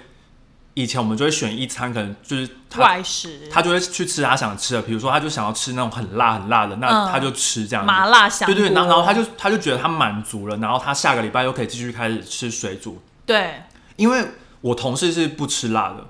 以前我们就会选一餐，可能就是他
外食，
他就会去吃他想吃的，比如说他就想要吃那种很辣很辣的，那
嗯
他就吃这样子。
麻辣香
对
锅，
对，然后然后他就他就觉得他满足了，然后他下个礼拜又可以继续开始吃水煮，
对
因为我同事是不吃辣的，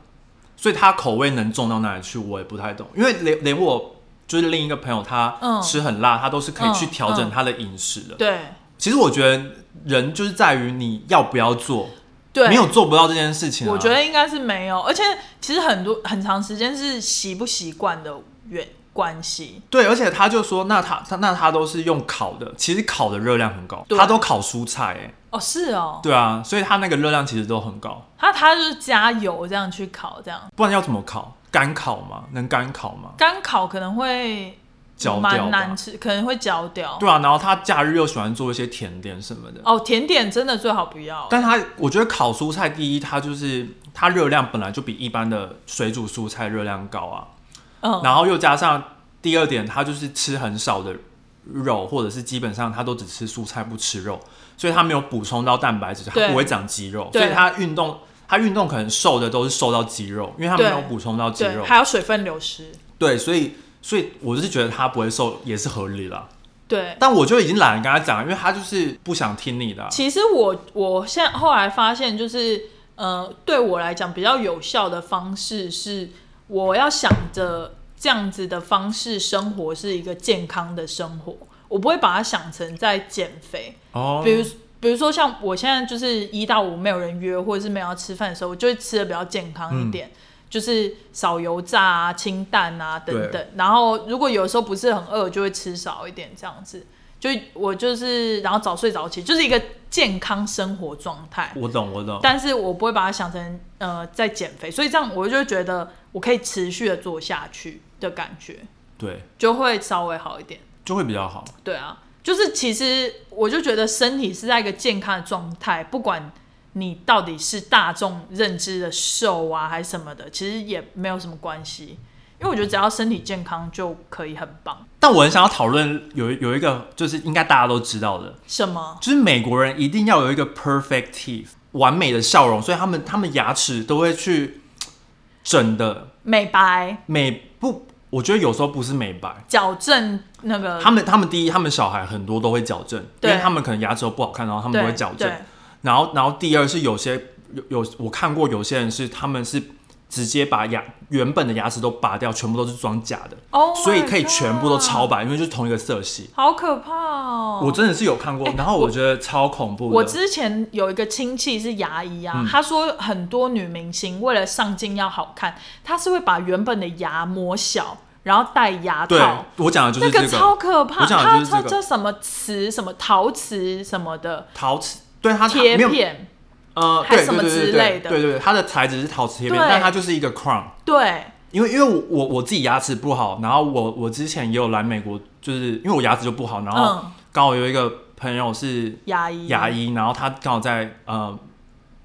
所以他口味能重到哪里去，我也不太懂。因为连连我就是另一个朋友，他
嗯
吃很辣，他都是可以去
嗯
调整
嗯
他的饮食的。
对
其实我觉得人就是在于你要不要做，
对，
没有做不到这件事情、啊。
我觉得应该是没有，而且其实很多很长时间是习不习惯的原关系。
对，而且他就说，那他他那他都是用烤的，其实烤的热量很高，
对
他都烤蔬菜、欸，
哦，是哦，
对啊，所以他那个热量其实都很高，
他他就是加油这样去烤，这样
不然要怎么烤？干烤吗？能干烤吗？
干烤可能会
焦掉
蛮
吧
难。吃，可能会焦掉。
对啊，然后他假日又喜欢做一些甜点什么的，
哦，甜点真的最好不要。
但他我觉得烤蔬菜第一，它就是它热量本来就比一般的水煮蔬菜热量高啊，
嗯，
然后又加上第二点，他就是吃很少的肉，或者是基本上他都只吃蔬菜不吃肉，所以他没有补充到蛋白质，他
对
不会长肌肉，所
对
以他运动他运动可能瘦的都是瘦到肌肉，因为他没
对
有补充到肌
对，
肉，
还有水分流失。
对，所以所以我就是觉得他不会瘦也是合理啦，
对，
但我就已经懒得跟他讲了，因为他就是不想听你的啊、
其实我我现在后来发现，就是呃，对我来讲比较有效的方式是，我要想着这样子的方式生活是一个健康的生活，我不会把它想成在减肥。
哦，
比如比如说像我现在就是一到五没有人约，或者是没有要吃饭的时候，我就会吃的比较健康一点。就是少油炸啊、清淡啊等等
对，
然后如果有时候不是很饿，就会吃少一点这样子。就我就是，然后早睡早起，就是一个健康生活状态。
我懂我懂，
但是我不会把它想成呃在减肥，所以这样我就会觉得我可以持续的做下去的感觉，
对，
就会稍微好一点。
就会比较好。
对啊，就是其实我就觉得身体是在一个健康的状态，不管你到底是大众认知的瘦啊还是什么的，其实也没有什么关系，因为我觉得只要身体健康就可以很棒。
但我很想要讨论有一有一个就是应该大家都知道的，
什么？
就是美国人一定要有一个 perfect teeth 完美的笑容，所以他们他们牙齿都会去整的
美白、
美不，我觉得有时候不是美白，
矫正那个？
他们他们第一他们小孩很多都会矫正，因
对
为他们可能牙齿都不好看，然后他们
对
都会矫正
对。
然后然后第二是有些有有我看过有些人是他们是直接把牙原本的牙齿都拔掉，全部都是装假的，
哦，
所以可以全部都超
白，
白，因为就是同一个色系。
好可怕哦！
我真的是有看过，
欸
然后
我
我觉得超恐怖的。嗯
我之前有一个亲戚是牙医啊，他说很多女明星为了上镜要好看，她是会把原本的牙磨小，然后戴牙
对
套。
我讲的就是
那
这
个超可怕，
我讲
他
的就是
叫
这
叫
个
什么瓷什么陶瓷什么的
陶瓷，对它它
贴
没有
片，
呃，
还
对
是什么
对对对
之类
对
的
对对对，它的材质是陶瓷贴片，
对
但它就是一个 crown。
对
因为因为我我我自己牙齿不好，然后我我之前也有来美国，就是因为我牙齿就不好，然后
嗯
刚好有一个朋友是
牙医
牙医，然后他刚好在呃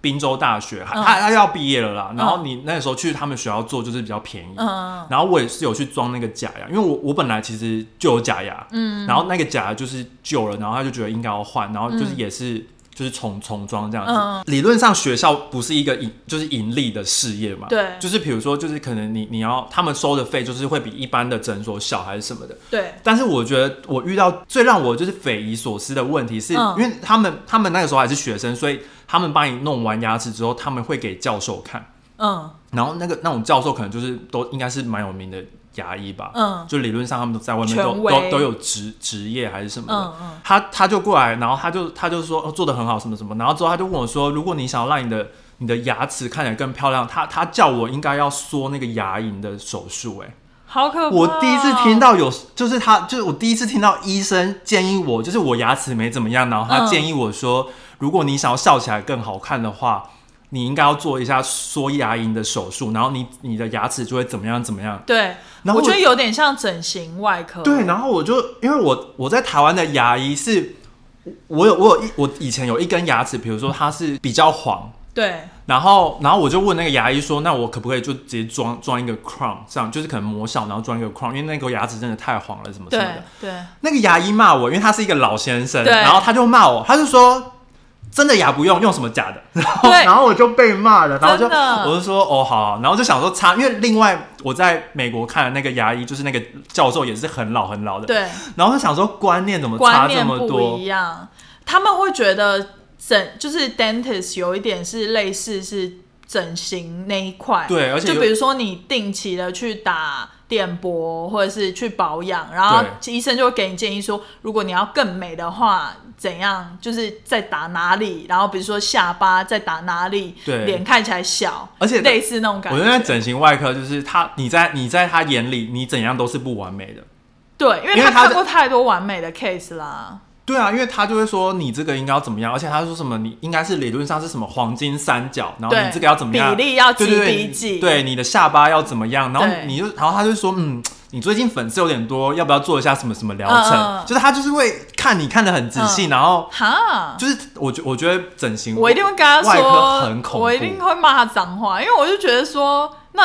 宾州大学，他
嗯
他他要毕业了啦，然后
嗯
你那时候去他们学校做就是比较便宜，
嗯，
然后我也是有去装那个假牙，因为我我本来其实就有假牙，嗯，然后那个假牙就是旧了，然后他就觉得应该要换，然后就是也是、就是重重装这样子。
嗯
理论上学校不是一个盈就是盈利的事业嘛，
对
就是比如说就是可能你你要他们收的费就是会比一般的诊所小还是什么的，
对
但是我觉得我遇到最让我就是匪夷所思的问题是，
嗯
因为他们他们那个时候还是学生，所以他们帮你弄完牙齿之后，他们会给教授看。
嗯
然后那个那种教授可能就是都应该是蛮有名的牙医吧，
嗯
就理论上他们都在外面
权
都
威
都都有职职业还是什么的。
嗯嗯
他他就过来，然后他就他就说、哦、做的很好什么什么，然后之后他就问我说，如果你想要让你的你的牙齿看起来更漂亮，他他叫我应该要缩那个牙龈的手术、欸，
好 [LAUGHS] 可怕。哦
我第一次听，到有，就是他，就是我第一次听到医生建议我，就是我牙齿没怎么样，然后他
嗯
建议我说，如果你想要笑起来更好看的话，你应该要做一下缩牙龈的手术，然后你你的牙齿就会怎么样怎么样。
对，
然后
我
我
觉得有点像整形外科，
对，然后我就因为我我在台湾的牙医是，我有我有一我以前有一根牙齿，比如说它是比较黄，
对
然后，然后我就问那个牙医说：“那我可不可以就直接装装一个 crown，这样就是可能磨小，然后装一个 crown，因为那个牙齿真的太黄了，什么什么
对
的。
对，”
那个牙医骂我，因为他是一个老先生，
对
然后他就骂我，他就说：“真的牙不用，用什么假的？ [LAUGHS] 然后
[LAUGHS] 对
然后我就被骂了，然后
真
就
我
的，
就说哦好好然后就想说擦，因为另外我在美国看的那个牙医，就是那个教授也是很老很老的，
对，
然后就想说观念怎么
观
差这
念
么
不
多
一？样，他们会觉得整就是 dentist 有一点是类似是整形那一块，
对而且
就
有
比如说你定期的去打电波或者是去保养，然后医生就会给你建议说，如果你要更美的话。怎样？就是在打哪里，然后比如说下巴在打哪里，
对
脸看起来小，
而且
类似那种感
我
觉。
觉得整形外科就是他，你在你在他眼里，你怎样都是不完美的。
对，因为
因为
他
他
看
的
过太多完美的 case 啦。
对啊，因为他就会说你这个应该要怎么样，而且他说什么你应该是理论上是什么黄金三角，然后
对
你这个要怎么样，
比例要几
对对对
比几
对你的下巴要怎么样，然后
对
你就然后他就说嗯，你最近粉刺有点多，要不要做一下什么什么疗程？
嗯嗯嗯
就是他就是会看你看得很仔细，
嗯
然后
哈，
就是我觉我觉得整形
我一定会跟他
外科
说，
很恐怖，
我一定会骂他脏话，因为我就觉得说，那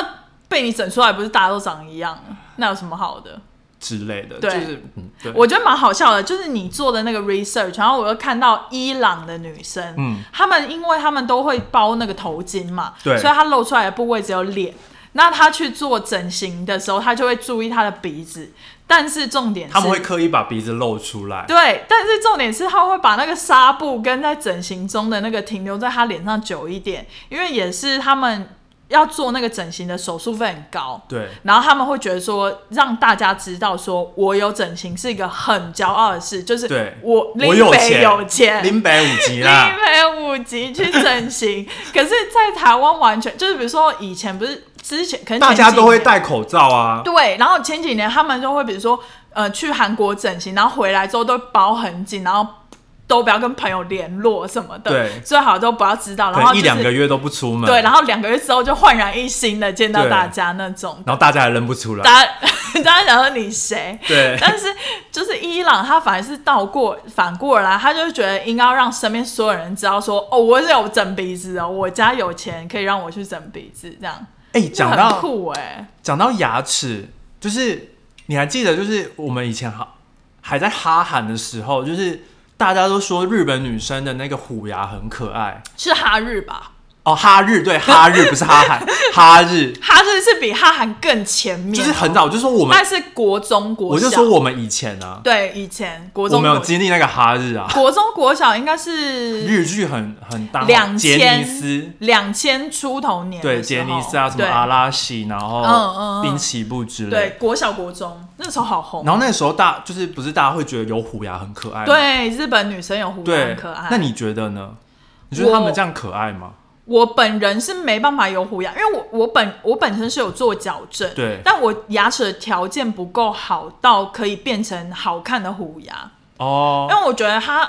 被你整出来不是大家都长一样，那有什么好的？
之类的，就
对
是嗯对，
我觉得蛮好笑的，就是你做的那个 research，然后我又看到伊朗的女生，
嗯，
她们因为她们都会包那个头巾嘛，
对
所以她露出来的部位只有脸。那她去做整形的时候，她就会注意她的鼻子，但是重点是
他们会刻意把鼻子露出来，
对，但是重点是他会把那个纱布跟在整形中的那个停留在他脸上久一点，因为也是他们要做那个整形的手术费很高。
对
然后他们会觉得说，让大家知道说我有整形是一个很骄傲的事，就是
对
我
我
林北
钱，
有钱，
林北五级啦
林，北五级去整形。可是，在台湾完全就是，比如说以前不是之前，可能
大
前
家
几
都会
年
戴口罩啊，
对，然后前几年他们就会比如说，呃，去韩国整形，然后回来之后都包很紧，然后都不要跟朋友联络什么的，
对
最好都不要知道，
可
然后、
能
就是、
一两个月都不出门，
对，然后两个月之后就焕然一新的见到
对
大家那种，
然后大家也认不出来。
大家 [LAUGHS] 大家想说你谁？
对，
[LAUGHS] 但是就是伊朗，他反而是倒过反过来，他就觉得应该要让身边所有人知道说，哦，我是有整鼻子的，我家有钱可以让我去整鼻子，这样
哎、
就
讲
很
到
酷哎、
讲到牙齿，就是你还记得，就是我们以前哈还在哈韩的时候，就是大家都说日本女生的那个虎牙很可爱
是哈日吧？
哦，哈日对哈日不是哈
[LAUGHS]
韩，哈日
哈日是比哈韩更前面，
就是很早，我就说我们
但，是国中国
我
小，
就说我们以前啊，
对以前国
我
中
们有
国
经历那个哈日啊，
国中国小应该是
日剧很很大，
两
杰尼
千
斯。
两千出头年的时
对
候，
杰尼斯啊，什么
对
阿拉西，然
嗯嗯
后
嗯
滨崎步之类的
对国小国中那时候好红，
然后那时候大就是不是大家会觉得有虎牙很可爱吗？
对日本女生有胡
对，
很可爱。
那你觉得呢？你觉得他
我
们这样可爱吗？
我本人是没办法有虎牙，因为我我本我本身是有做矫正，
对
但我牙齿的条件不够好到可以变成好看的虎牙，因
哦，
为我觉得它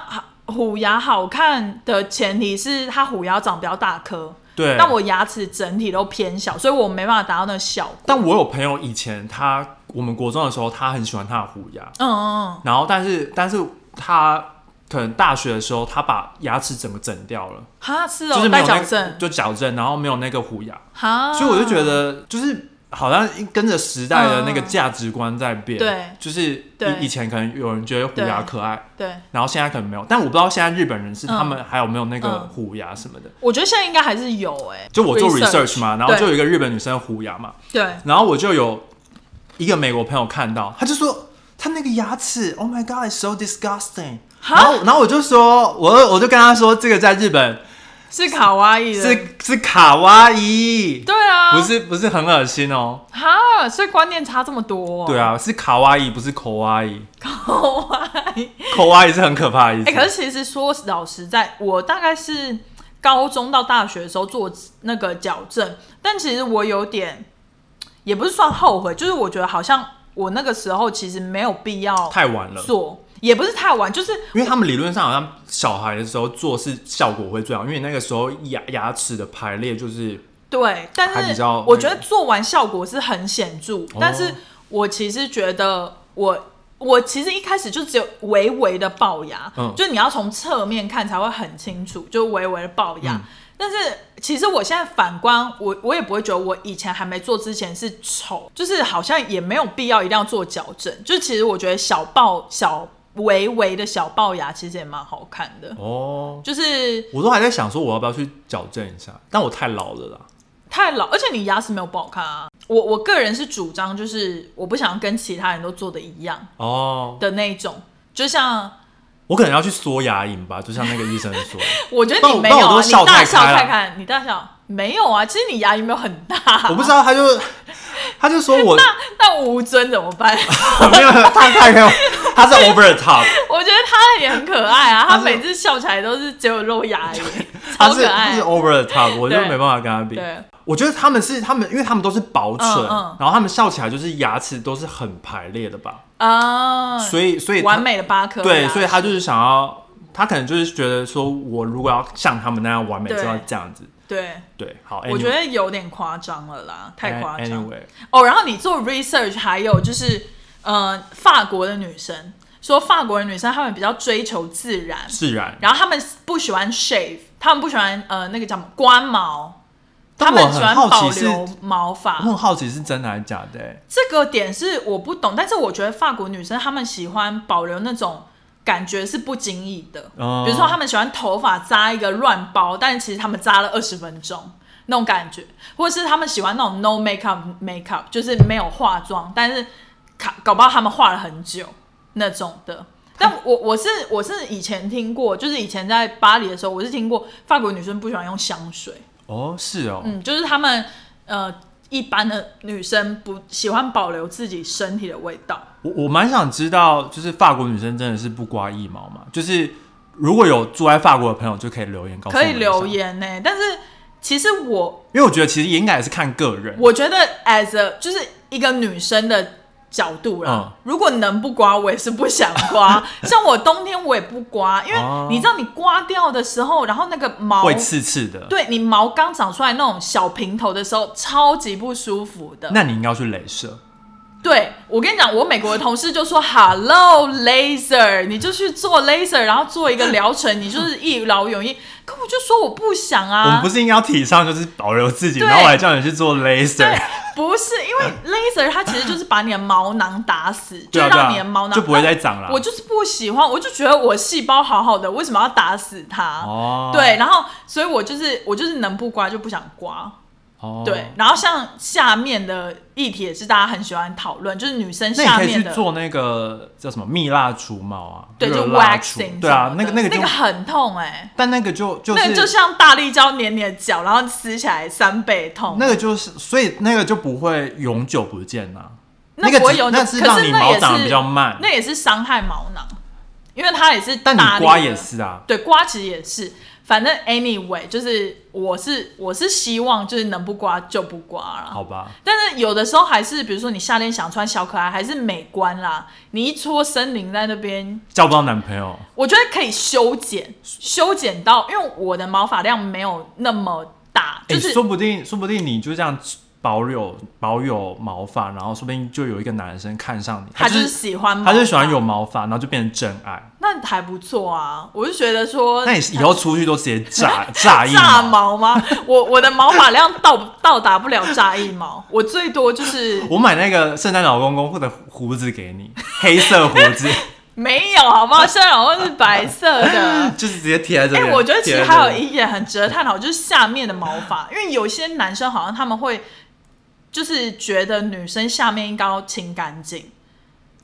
虎牙好看的前提是它虎牙长比较大颗，
对。
但我牙齿整体都偏小，所以我没办法达到那个效果。
但我有朋友以前他我们国中的时候，他很喜欢他的虎牙，
嗯嗯，
然后但是但是他可能大学的时候，他把牙齿整个整掉了，
哈是
就
哦，
是没
带
有那
矫
个
正，啊
就矫正，然后没有那个虎牙，
哈，
所以我就觉得就是。好像跟着时代的那个
嗯嗯
价值观在变，
嗯对
就是
对
以以前可能有人觉得虎牙
对
可爱，
对，
然后现在可能没有，但我不知道现在日本人是
嗯
他们还有没有那个
嗯
虎牙什么的。
我觉得现在应该还是有哎、
就我做 research 嘛，然后就有一个日本女生虎牙嘛，
对，
然后我就有一个美国朋友看到，他就说他那个牙齿，Oh my God, it's so disgusting。
哈
然后，然后我就说，我我就跟他说，这个在日本
是卡哇伊的，
是是卡哇伊，
对啊，
不是不是很恶心哦。
哈，所以观念差这么多、哦 Oh
对，
[LAUGHS]
啊，是卡哇伊，不是口哇伊。
卡哇伊。
口哇伊是很可怕的意思。
哎、可是其实说老实在，我大概是高中到大学的时候做那个矫正，但其实我有点，也不是算后悔，就是我觉得好像我那个时候其实没有必要
太晚了，
做，也不是太晚，就是
因为他们理论上好像小孩的时候做是效果会最好，因为那个时候牙牙齿的排列就是
对，
还
但
比
是
较哦
我觉得做完效果是很显著，但是我其实觉得我。我其实一开始就只有微微的龅牙，
嗯
就你要从侧面看才会很清楚，就微微的龅牙。
嗯
但是其实我现在反观我，我也不会觉得我以前还没做之前是丑，就是好像也没有必要一定要做矫正。就其实我觉得小龅小微微的小龅牙，其实也蛮好看的。
哦，
就是
我都还在想说我要不要去矫正一下，但我太老了啦。
太老，而且你牙齿没有不好看啊。我我个人是主张，就是我不想跟其他人都做的一样
哦，
的那一种，就像
我可能要去缩牙龈吧，就像那个医生说，
[LAUGHS] 我觉得
但
你
我
没有
但我
啊，
都
你
笑
大
太
笑
开了
看看，你大笑没有啊？其实你牙龈没有很大、
我不知道，他就他就说
[LAUGHS]
我
那吴尊怎么办？ [LAUGHS]
没有，他太没有，他是 over the top，
我觉得他也很可爱啊，
他
他
是
每次笑起来都是只有露牙
[LAUGHS]
而已，
他
超
是
可
他
爱
是。over the top，我就
对
没办法跟他比。
对，
我觉得他们是他们，因为他们都是薄唇，
嗯嗯
然后他们笑起来就是牙齿都是很排列的吧，
啊，
所以所以他
完美的八颗牙，
对，所以他就是想要，他可能就是觉得说，我如果要像他们那样完美，就
对
要这样子。
对，
对，好
我觉
anyway，
得有点夸张了啦，太夸张。
哎 Anyway，
哦，然后你做 research，还有就是，呃，法国的女生说，法国的女生她们比较追求自然，
自然。
然后她们不喜欢 shave，她们不喜欢呃那个叫什么刮毛，
但
她
我
们喜
很
欢
好
保
奇是，
留
我
毛发。
很好奇是真的还是假的、欸？
这个点是我不懂，但是我觉得法国女生她们喜欢保留那种感觉是不经意的，
哦
比如说她们喜欢头发扎一个乱包，但其实她们扎了二十分钟那种感觉，或者是她们喜欢那种 no makeup makeup，就是没有化妆，但是搞搞不好她们化了很久那种的。但我我是我是以前听过，就是以前在巴黎的时候，我是听过法国女生不喜欢用香水，
哦，是哦，
嗯，就是他们呃一般的女生不喜欢保留自己身体的味道。
我我蛮想知道，就是法国女生真的是不刮腋毛吗？就是如果有住在法国的朋友，就可以留言哦告诉我
可
们一
以
下
留，言呢、但是其实我
因为我觉得其实应该也是看个人。
我觉得 as a 就是一个女生的角度啦，
嗯
如果能不刮，我也是不想
[LAUGHS]
刮。像我冬天我也不刮，因为
哦
你知道你刮掉的时候，然后那个毛
会刺刺的，
对你毛刚长出来那种小平头的时候，超级不舒服的。
那你应该要去镭射。
对我跟你讲，我美国的同事就说 “Hello laser”，你就去做 laser，然后做一个疗程，你就是一劳永逸。可我就说我不想
我们
啊
不，是应该要提倡就是保留自己，
对
然后我还叫你去做 [LAUGHS]
对
laser，，
不是因为 laser 它其实就是把你的毛囊打死，就
啊 [LAUGHS] 对啊，对
让
啊
你的毛囊
就不会再长了。
我就是不喜欢，我就觉得我细胞好好的，为什么要打死它？
哦，
对，然后所以我就是我就是能不刮就不想刮。
哦，
对，然后像下面的议题也是大家很喜欢讨论，就是女生
那你
下
可以
面
去
的。
做那个叫什么蜜蜡除毛啊，
对，就
热蜡除
waxing，
对啊
什，
那
么的
个那个就
那个，很痛哎、
但那个就就
那个就是像大力胶黏你的脚，然后撕起来三倍痛，
那个就是，所以那个就不会永久不见呐。
那
个
不会
只
永久
那是
可
让
是
你
那
毛
也
长得
是
比较慢，
那也是伤害毛囊，因为它也是大
但
力的
你刮也，是啊。
对，刮其实也是，反正 anyway 就是我是我是希望就是能不刮就不刮啦。
好吧，
但是有的时候还是，比如说你夏天想穿小可爱，还是美观啦。你一搓森林在那边，
交不到男朋友，
我觉得可以修剪，修剪到，因为我的毛发量没有那么大，
哎、
就是、
说不定，说不定你就这样保有保有毛发，然后说不定就有一个男生看上你，
他
就
就是喜欢毛发，
他就喜欢有毛发，然后就变成真爱。
那还不错啊。我就觉得说，
那你以后出去都直接
[LAUGHS]
炸炸一
炸毛吗？我我的毛发量到到达不了炸一毛， [LAUGHS] 我最多就是
我买那个圣诞老公公或者胡子给你，黑色胡子， [LAUGHS]
没有，好不好？虽然我是白色的。
就是直接贴在这
哎、
边。
我觉得其
贴
实
在这
还有
边
一点很值得探讨，就是下面的毛发，因为有些男生好像他们会就是觉得女生下面应该要清干净，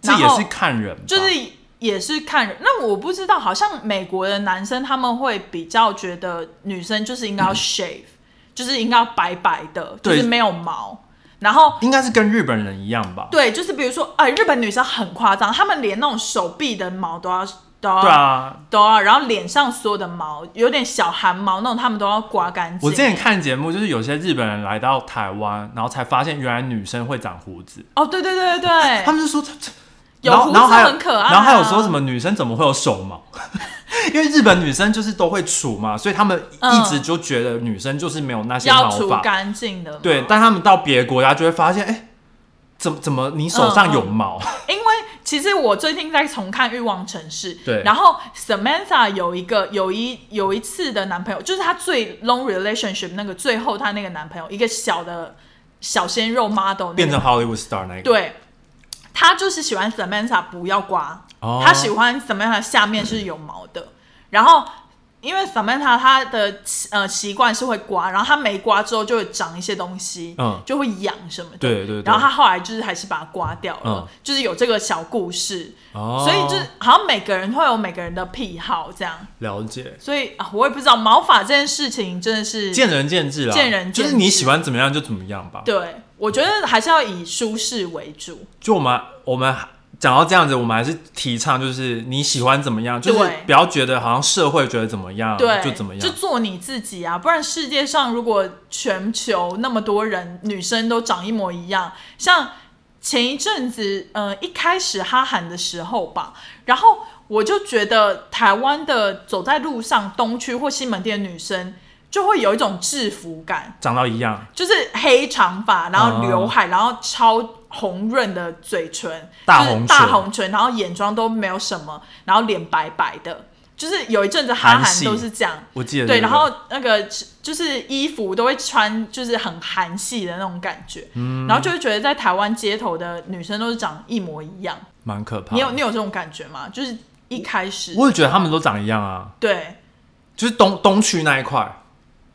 这
然
也
后
是看人吧，
就是也是看人。那我不知道，好像美国的男生他们会比较觉得女生就是应该要 shave，、就是应该要白白的，就
嗯对
是没有毛。然后
应该是跟日本人一样吧。
对，就是比如说，哎、日本女生很夸张，她们连那种手臂的毛都要都要、
对啊，
都要，然后脸上所有的毛，有点小汗毛那种，她们都要刮干净。
我之前看节目，就是有些日本人来到台湾，然后才发现原来女生会长胡子，
哦，对对对对
他
对，
们就说这这
有
然后
胡
然后
子
还有
很可爱啊
然后还有说什么女生怎么会有手毛？ [LAUGHS] 因为日本女生就是都会除嘛，所以他们一
嗯
直就觉得女生就是没有那些毛
要
发，
除干净的。
对，，但他们到别的国家就会发现，哎、怎么怎么你手上有毛？
因为其实我最近在重看《欲望城市》，
对
然后 Samantha 有一个有一有一次的男朋友，就是她最 long relationship 那个最后她那个男朋友，一个小的小鲜肉 model，那个
变成 Hollywood star 那个，
对，他就是喜欢 Samantha 不要刮，
哦
他喜欢 Samantha 下面是有毛的，然后。因为 Samantha 她的呃习惯是会刮，然后她没刮之后就会长一些东西，
嗯
就会痒什么的。
对对对
然后她后来就是还是把它刮掉了，
嗯
就是有这个小故事，
哦，
所以就是好像每个人会有每个人的癖好这样。
了解，
所以啊，我也不知道毛发这件事情真的是
见仁见智啦，
见仁见智
就是你喜欢怎么样就怎么样吧。
对，我觉得还是要以舒适为主。
就我们我们讲到这样子，我们还是提倡就是你喜欢怎么样，就是
对
不要觉得好像社会觉得怎么样
对，
就怎么样，
就做你自己啊！不然世界上如果全球那么多人，女生都长一模一样，像前一阵子，呃，一开始哈韩的时候吧，然后我就觉得台湾的走在路上东区或西门店的女生，就会有一种制服感，
长到一样，
就是黑长发，然后
哦
刘海，然后超红润的嘴唇，
大
就是
红唇
大红唇，然后眼妆都没有什么，然后脸白白的，就是有一阵子哈
韩
韩
系
都是这样。
我记得
对，
这个
然后那个就是衣服都会穿，就是很韩系的那种感觉，
嗯
然后就会觉得在台湾街头的女生都是长一模一样。
蛮可怕的。
你有你有这种感觉吗？就是一开始，
我也觉得他们都长一样啊，
对
就是东东区那一块，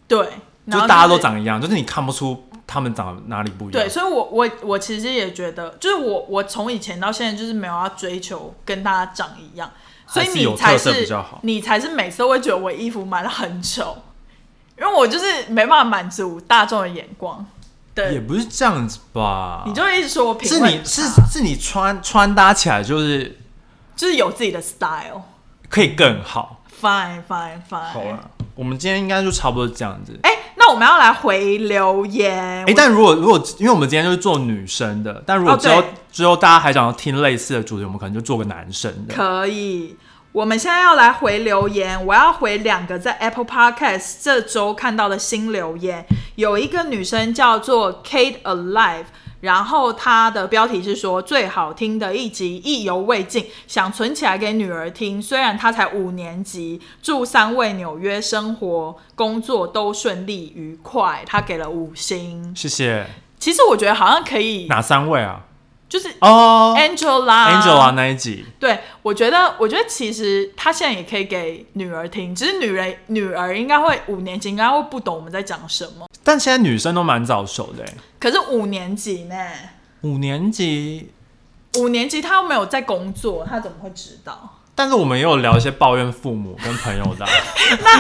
对，
就是
然后
大家都
是
长一样，就是你看不出他们长得哪里不一样。
对，所以我我我其实也觉得，就是我我从以前到现在就是没有要追求跟大家长一样，所以
还是
你
有
才
特
是
色比较好
你才是每次都会觉得我衣服买的很丑，因为我就是没办法满足大众的眼光，
也
对，
不是这样子吧？
你就会一直说我品
是
味
你
很
是
差
是你穿穿搭起来就是
就是有自己的 style，fine
可以更好。
fine fine，
好啊了，我们今天应该就差不多这样子。
哎、那我们要来回留言，
哎、但如果如果因为我们今天就是做女生的，但如果
哦
之后、
对
之后大家还想要听类似的主题，我们可能就做个男生的。
可以。我们现在要来回留言，我要回两个在 Apple Podcast 这周看到的新留言。有一个女生叫做 Kate Alive，然后她的标题是说最好听的一集，意犹未尽，想存起来给女儿听。虽然她才五年级，祝三位纽约生活、工作都顺利愉快。她给了五星。
谢谢。
其实我觉得好像可以，哎
哪三位啊？
就是
哦、
Angela、啊
Angela 啊那一集，
对，我觉得，我觉得其实他现在也可以给女儿听，只是女人女儿应该会五年级应该会不懂我们在讲什么，
但现在女生都蛮早熟的、欸，
可是五年级呢，
五年级。
五年级他又没有在工作，他怎么会知道？
但是我们也有聊一些抱怨父母跟朋友的啊、 [LAUGHS]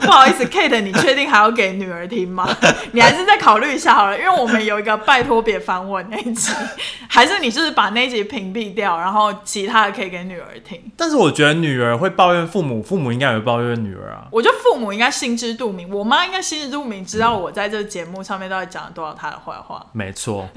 不好意思，Kate，你 [LAUGHS] 确定还要给女儿听吗？ [LAUGHS] 你还是再考虑一下好了，因为我们有一个拜托别烦我那一集， [LAUGHS] 还是你就是把那一集屏蔽掉，然后其他的可以给女儿听。
但是我觉得女儿会抱怨父母，父母应该也会抱怨女儿啊。
我觉得父母应该心知肚明，我妈应该心知肚明，知道我在这个节目上面到底讲了多少她的坏话。
没错，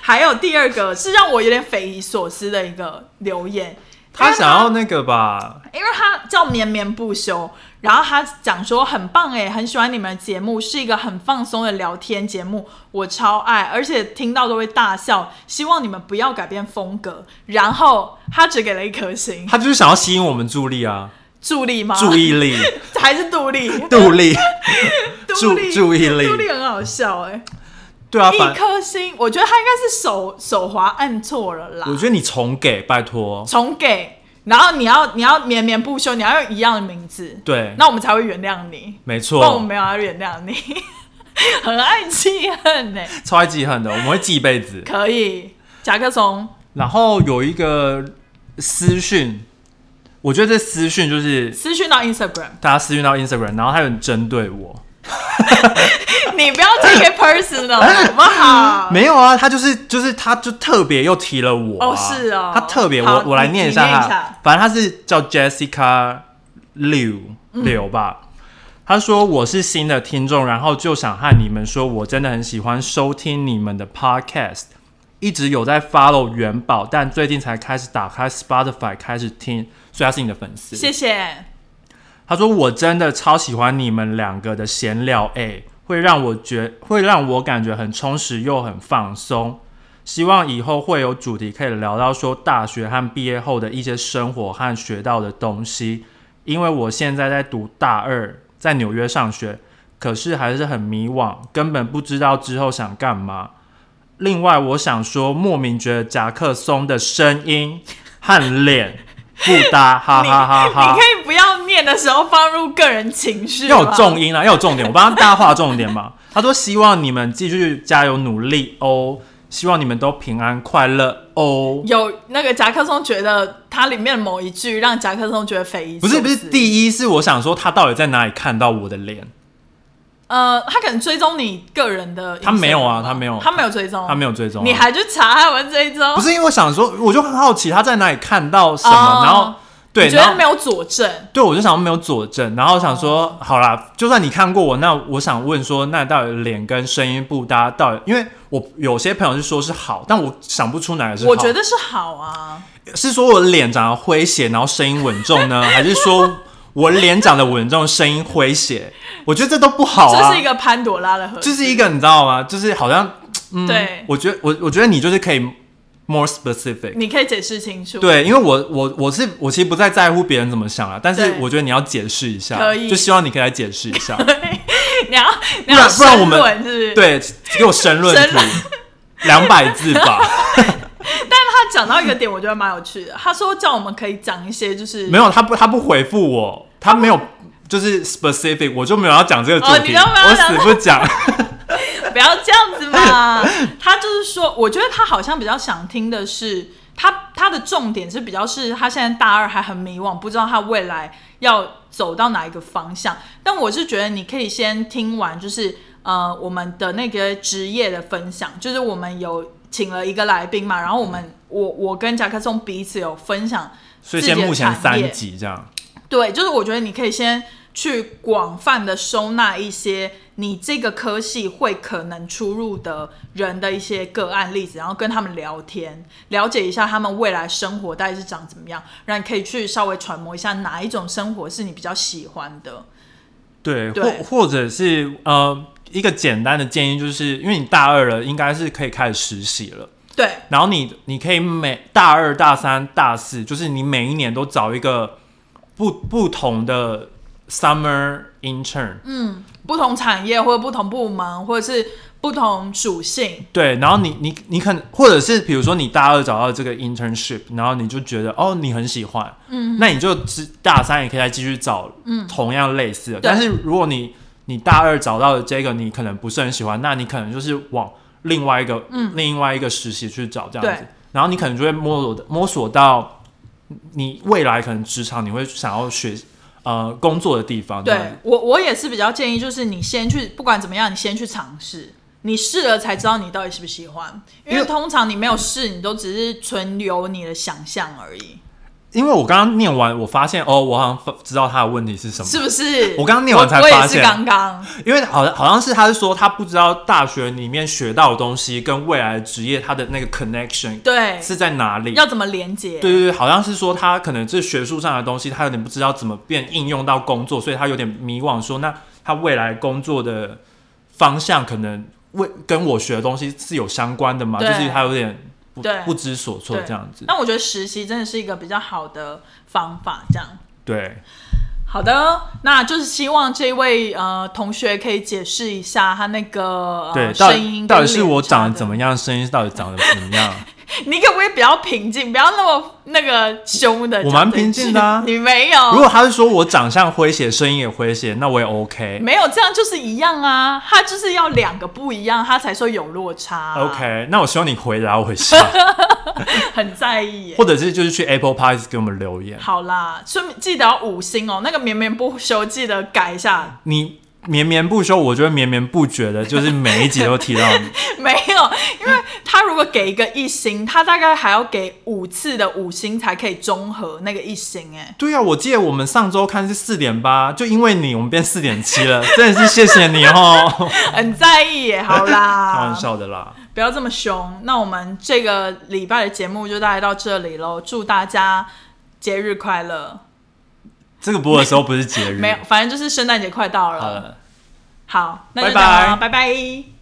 还有第二个是让我有点匪夷所思的一个留言，
她想要那个吧，
因为他叫绵绵不休，然后他讲说很棒哎，很喜欢你们的节目，是一个很放松的聊天节目，我超爱，而且听到都会大笑。希望你们不要改变风格。然后他只给了一颗星，
她就是想要吸引我们注意力啊，
助力吗？
[LAUGHS] 注意
[LAUGHS]
力，
还是杜力？
杜力，
杜力，
[LAUGHS] 注意力
杜力很好笑哎、
对啊，
一
反
颗星，我觉得他应该是手手滑按错了啦。
我觉得你重给，拜托，
重给，然后你要你要绵绵不休，你要用一样的名字，
对，
那我们才会原谅你。
没
不然我
错，
们没有要原谅你， [LAUGHS] 很爱记恨呢、
超爱记恨的，我们会记一辈子。
可以，甲壳虫，
然后有一个私讯，我觉得这私讯就是
私讯到 Instagram， [LAUGHS]
大家私讯到 Instagram，然后他有人针对我，
你不要 take it personal 好不好？
[LAUGHS] 没有啊，他就是就是他就特别又提了我啊、
哦是哦
他特别
好
我我来念一下
你你念
他，
一下
反正他是叫 Jessica 柳
嗯
柳吧。他说我是新的听众，然后就想和你们说，我真的很喜欢收听你们的 podcast，一直有在 follow 元宝，但最近才开始打开 Spotify 开始听，所以他是你的粉丝。
谢谢，
他说：“我真的超喜欢你们两个的闲聊，哎、会让我觉会让我感觉很充实又很放松。希望以后会有主题可以聊到说大学和毕业后的一些生活和学到的东西，因为我现在在读大二，在纽约上学，可是还是很迷惘，根本不知道之后想干嘛。另外，我想说，莫名觉得夹克松的声音和脸不搭，哈哈哈
你
哈
可。以不要念的时候放入个人情绪，
要有重，音啊，要有重点，我帮大家画重点嘛。 [LAUGHS] 他说希望你们继续加油努力哦，希望你们都平安快乐哦。
有那个夹克松觉得它里面的某一句让夹克松觉得匪夷
不是
所思
不是，第一是我想说他到底在哪里看到我的脸，
呃，他可能追踪你个人的，
他没有啊他没有
他没有追踪，
他没有追踪啊、
你还去查他们追踪？
不是因为我想说，我就很好奇他在哪里看到什么，
哦
然后对，
你觉
然
得
后
没有哦佐证，
对，我就想没有佐证，然后想说，好啦，就算你看过我，那我想问说，那到底脸跟声音不搭，到底因为我有些朋友是说是好，但我想不出哪个是好。
我觉得是好啊。
是说我脸长得诙谐，然后声音稳重
[LAUGHS]
呢，还是说我脸长得稳重，声音诙谐？我觉得这都不好啊，
这是一个潘朵拉的盒
就
子，
是一个你知道吗？就是好像，嗯，
对
我觉得我我觉得你就是可以 more specific。
你可以解释清楚。，
对，因为我我我是我其实不太在乎别人怎么想啊，但是
对
我觉得你要解释一下，
可以
就希望你可以来解释一
[LAUGHS]
下，
[LAUGHS] 你要
不
你要
然不然我们
申论是不是？。
对，给我申论
申
题，两百字吧， [LAUGHS]
他讲到一个点，我觉得蛮有趣的。他说叫我们可以讲一些就是
没有他不他不回复我，他没有就是 specific，我就没有要讲这个主
哦
题，
你都没有
我
讲
死不讲。
[LAUGHS] 不要这样子嘛。他就是说，我觉得他好像比较想听的是，他他的重点是比较是他现在大二还很迷惘，不知道他未来要走到哪一个方向。但我是觉得你可以先听完，就是呃我们的那个职业的分享，就是我们有请了一个来宾嘛，然后我们我我跟夹克松彼此有分享
所
自
以
己
现
的产业，
在目前三集这样，
对，就是我觉得你可以先去广泛的收纳一些你这个科系会可能出入的人的一些个案例子，然后跟他们聊天，了解一下他们未来生活大概是长怎么样，然后你可以去稍微揣摩一下哪一种生活是你比较喜欢的。
对，
对
或或者是呃一个简单的建议，就是因为你大二了，应该是可以开始实习了。
对，
然后你你可以每大二、大三、大四，就是你每一年都找一个不不同的 summer intern，、
不同产业或者不同部门或者是不同属性，
对，然后你你你可能或者是比如说你大二找到这个 internship，然后你就觉得哦你很喜欢，嗯，那你就只大三也可以再继续找，嗯，同样类似的。
对
但是如果你你大二找到的这个你可能不是很喜欢，那你可能就是往另外一个嗯另外一个实习去找这样子
对，
然后你可能就会摸索的摸索到你未来可能职场你会想要学呃工作的地方这样子
对我，我也是比较建议，就是你先去，不管怎么样，你先去尝试，你试了才知道你到底喜不喜欢。因
因
为
为
通常你没有试，你都只是存留你的想象而已，
因为我刚刚念完，我发现哦，我好像发知道他的问题是什么。
是不是？
嗯我刚刚念完才
我
发
我也是
现
刚刚，
因为好像好像是他是说他不知道大学里面学到的东西跟未来的职业他的那个 connection
对，
是在哪里。
要怎么连接？
对对对，好像是说他可能这学术上的东西，他有点不知道怎么变应用到工作，所以他有点迷惘说那他未来工作的方向可能为跟我学的东西是有相关的嘛？就
对
是他有点不
对
不知所措
对
这样子。
但我觉得实习真的是一个比较好的方法，这样。
对，
好的，那就是希望这位呃同学可以解释一下他那个、
对，
呃、
到
声音
底到底是我长
长
得怎么样，声音到底长得怎
[LAUGHS]
么样？
你可不可以比较平静，不要那么那个凶的？
我蛮平静的啊
你没有，
如果他是说我长相诙谐，声音也诙谐，那我也 OK。
没有这样就是一样啊，他就是要两个不一样，他才说有落差啊、
OK，那我希望你回答我一下，
很在意耶
或。者是就是去 Apple Podcast 给我们留言。
好啦，顺便记得要五星哦，那个绵绵不休记得改一下。 [LAUGHS]
你绵绵不休，我就会绵绵不绝的，就是每一集都提到你。
没有，因为他如果给一个一星，他大概还要给五次的五星才可以中和那个一星哎。
对啊，我记得我们上周看是四点八，就因为你我们变四点七了，真的是谢谢你哦。
很在意耶，
[LAUGHS]
好
开
啦
玩，笑的啦，
不要这么凶。那我们这个礼拜的节目就大概到这里喽，祝大家节日快乐！
这个播的时候不是节日，
没有，反正就是圣诞节快到
嗯好
了。
了。
好，那就
拜
这样啦
拜
拜拜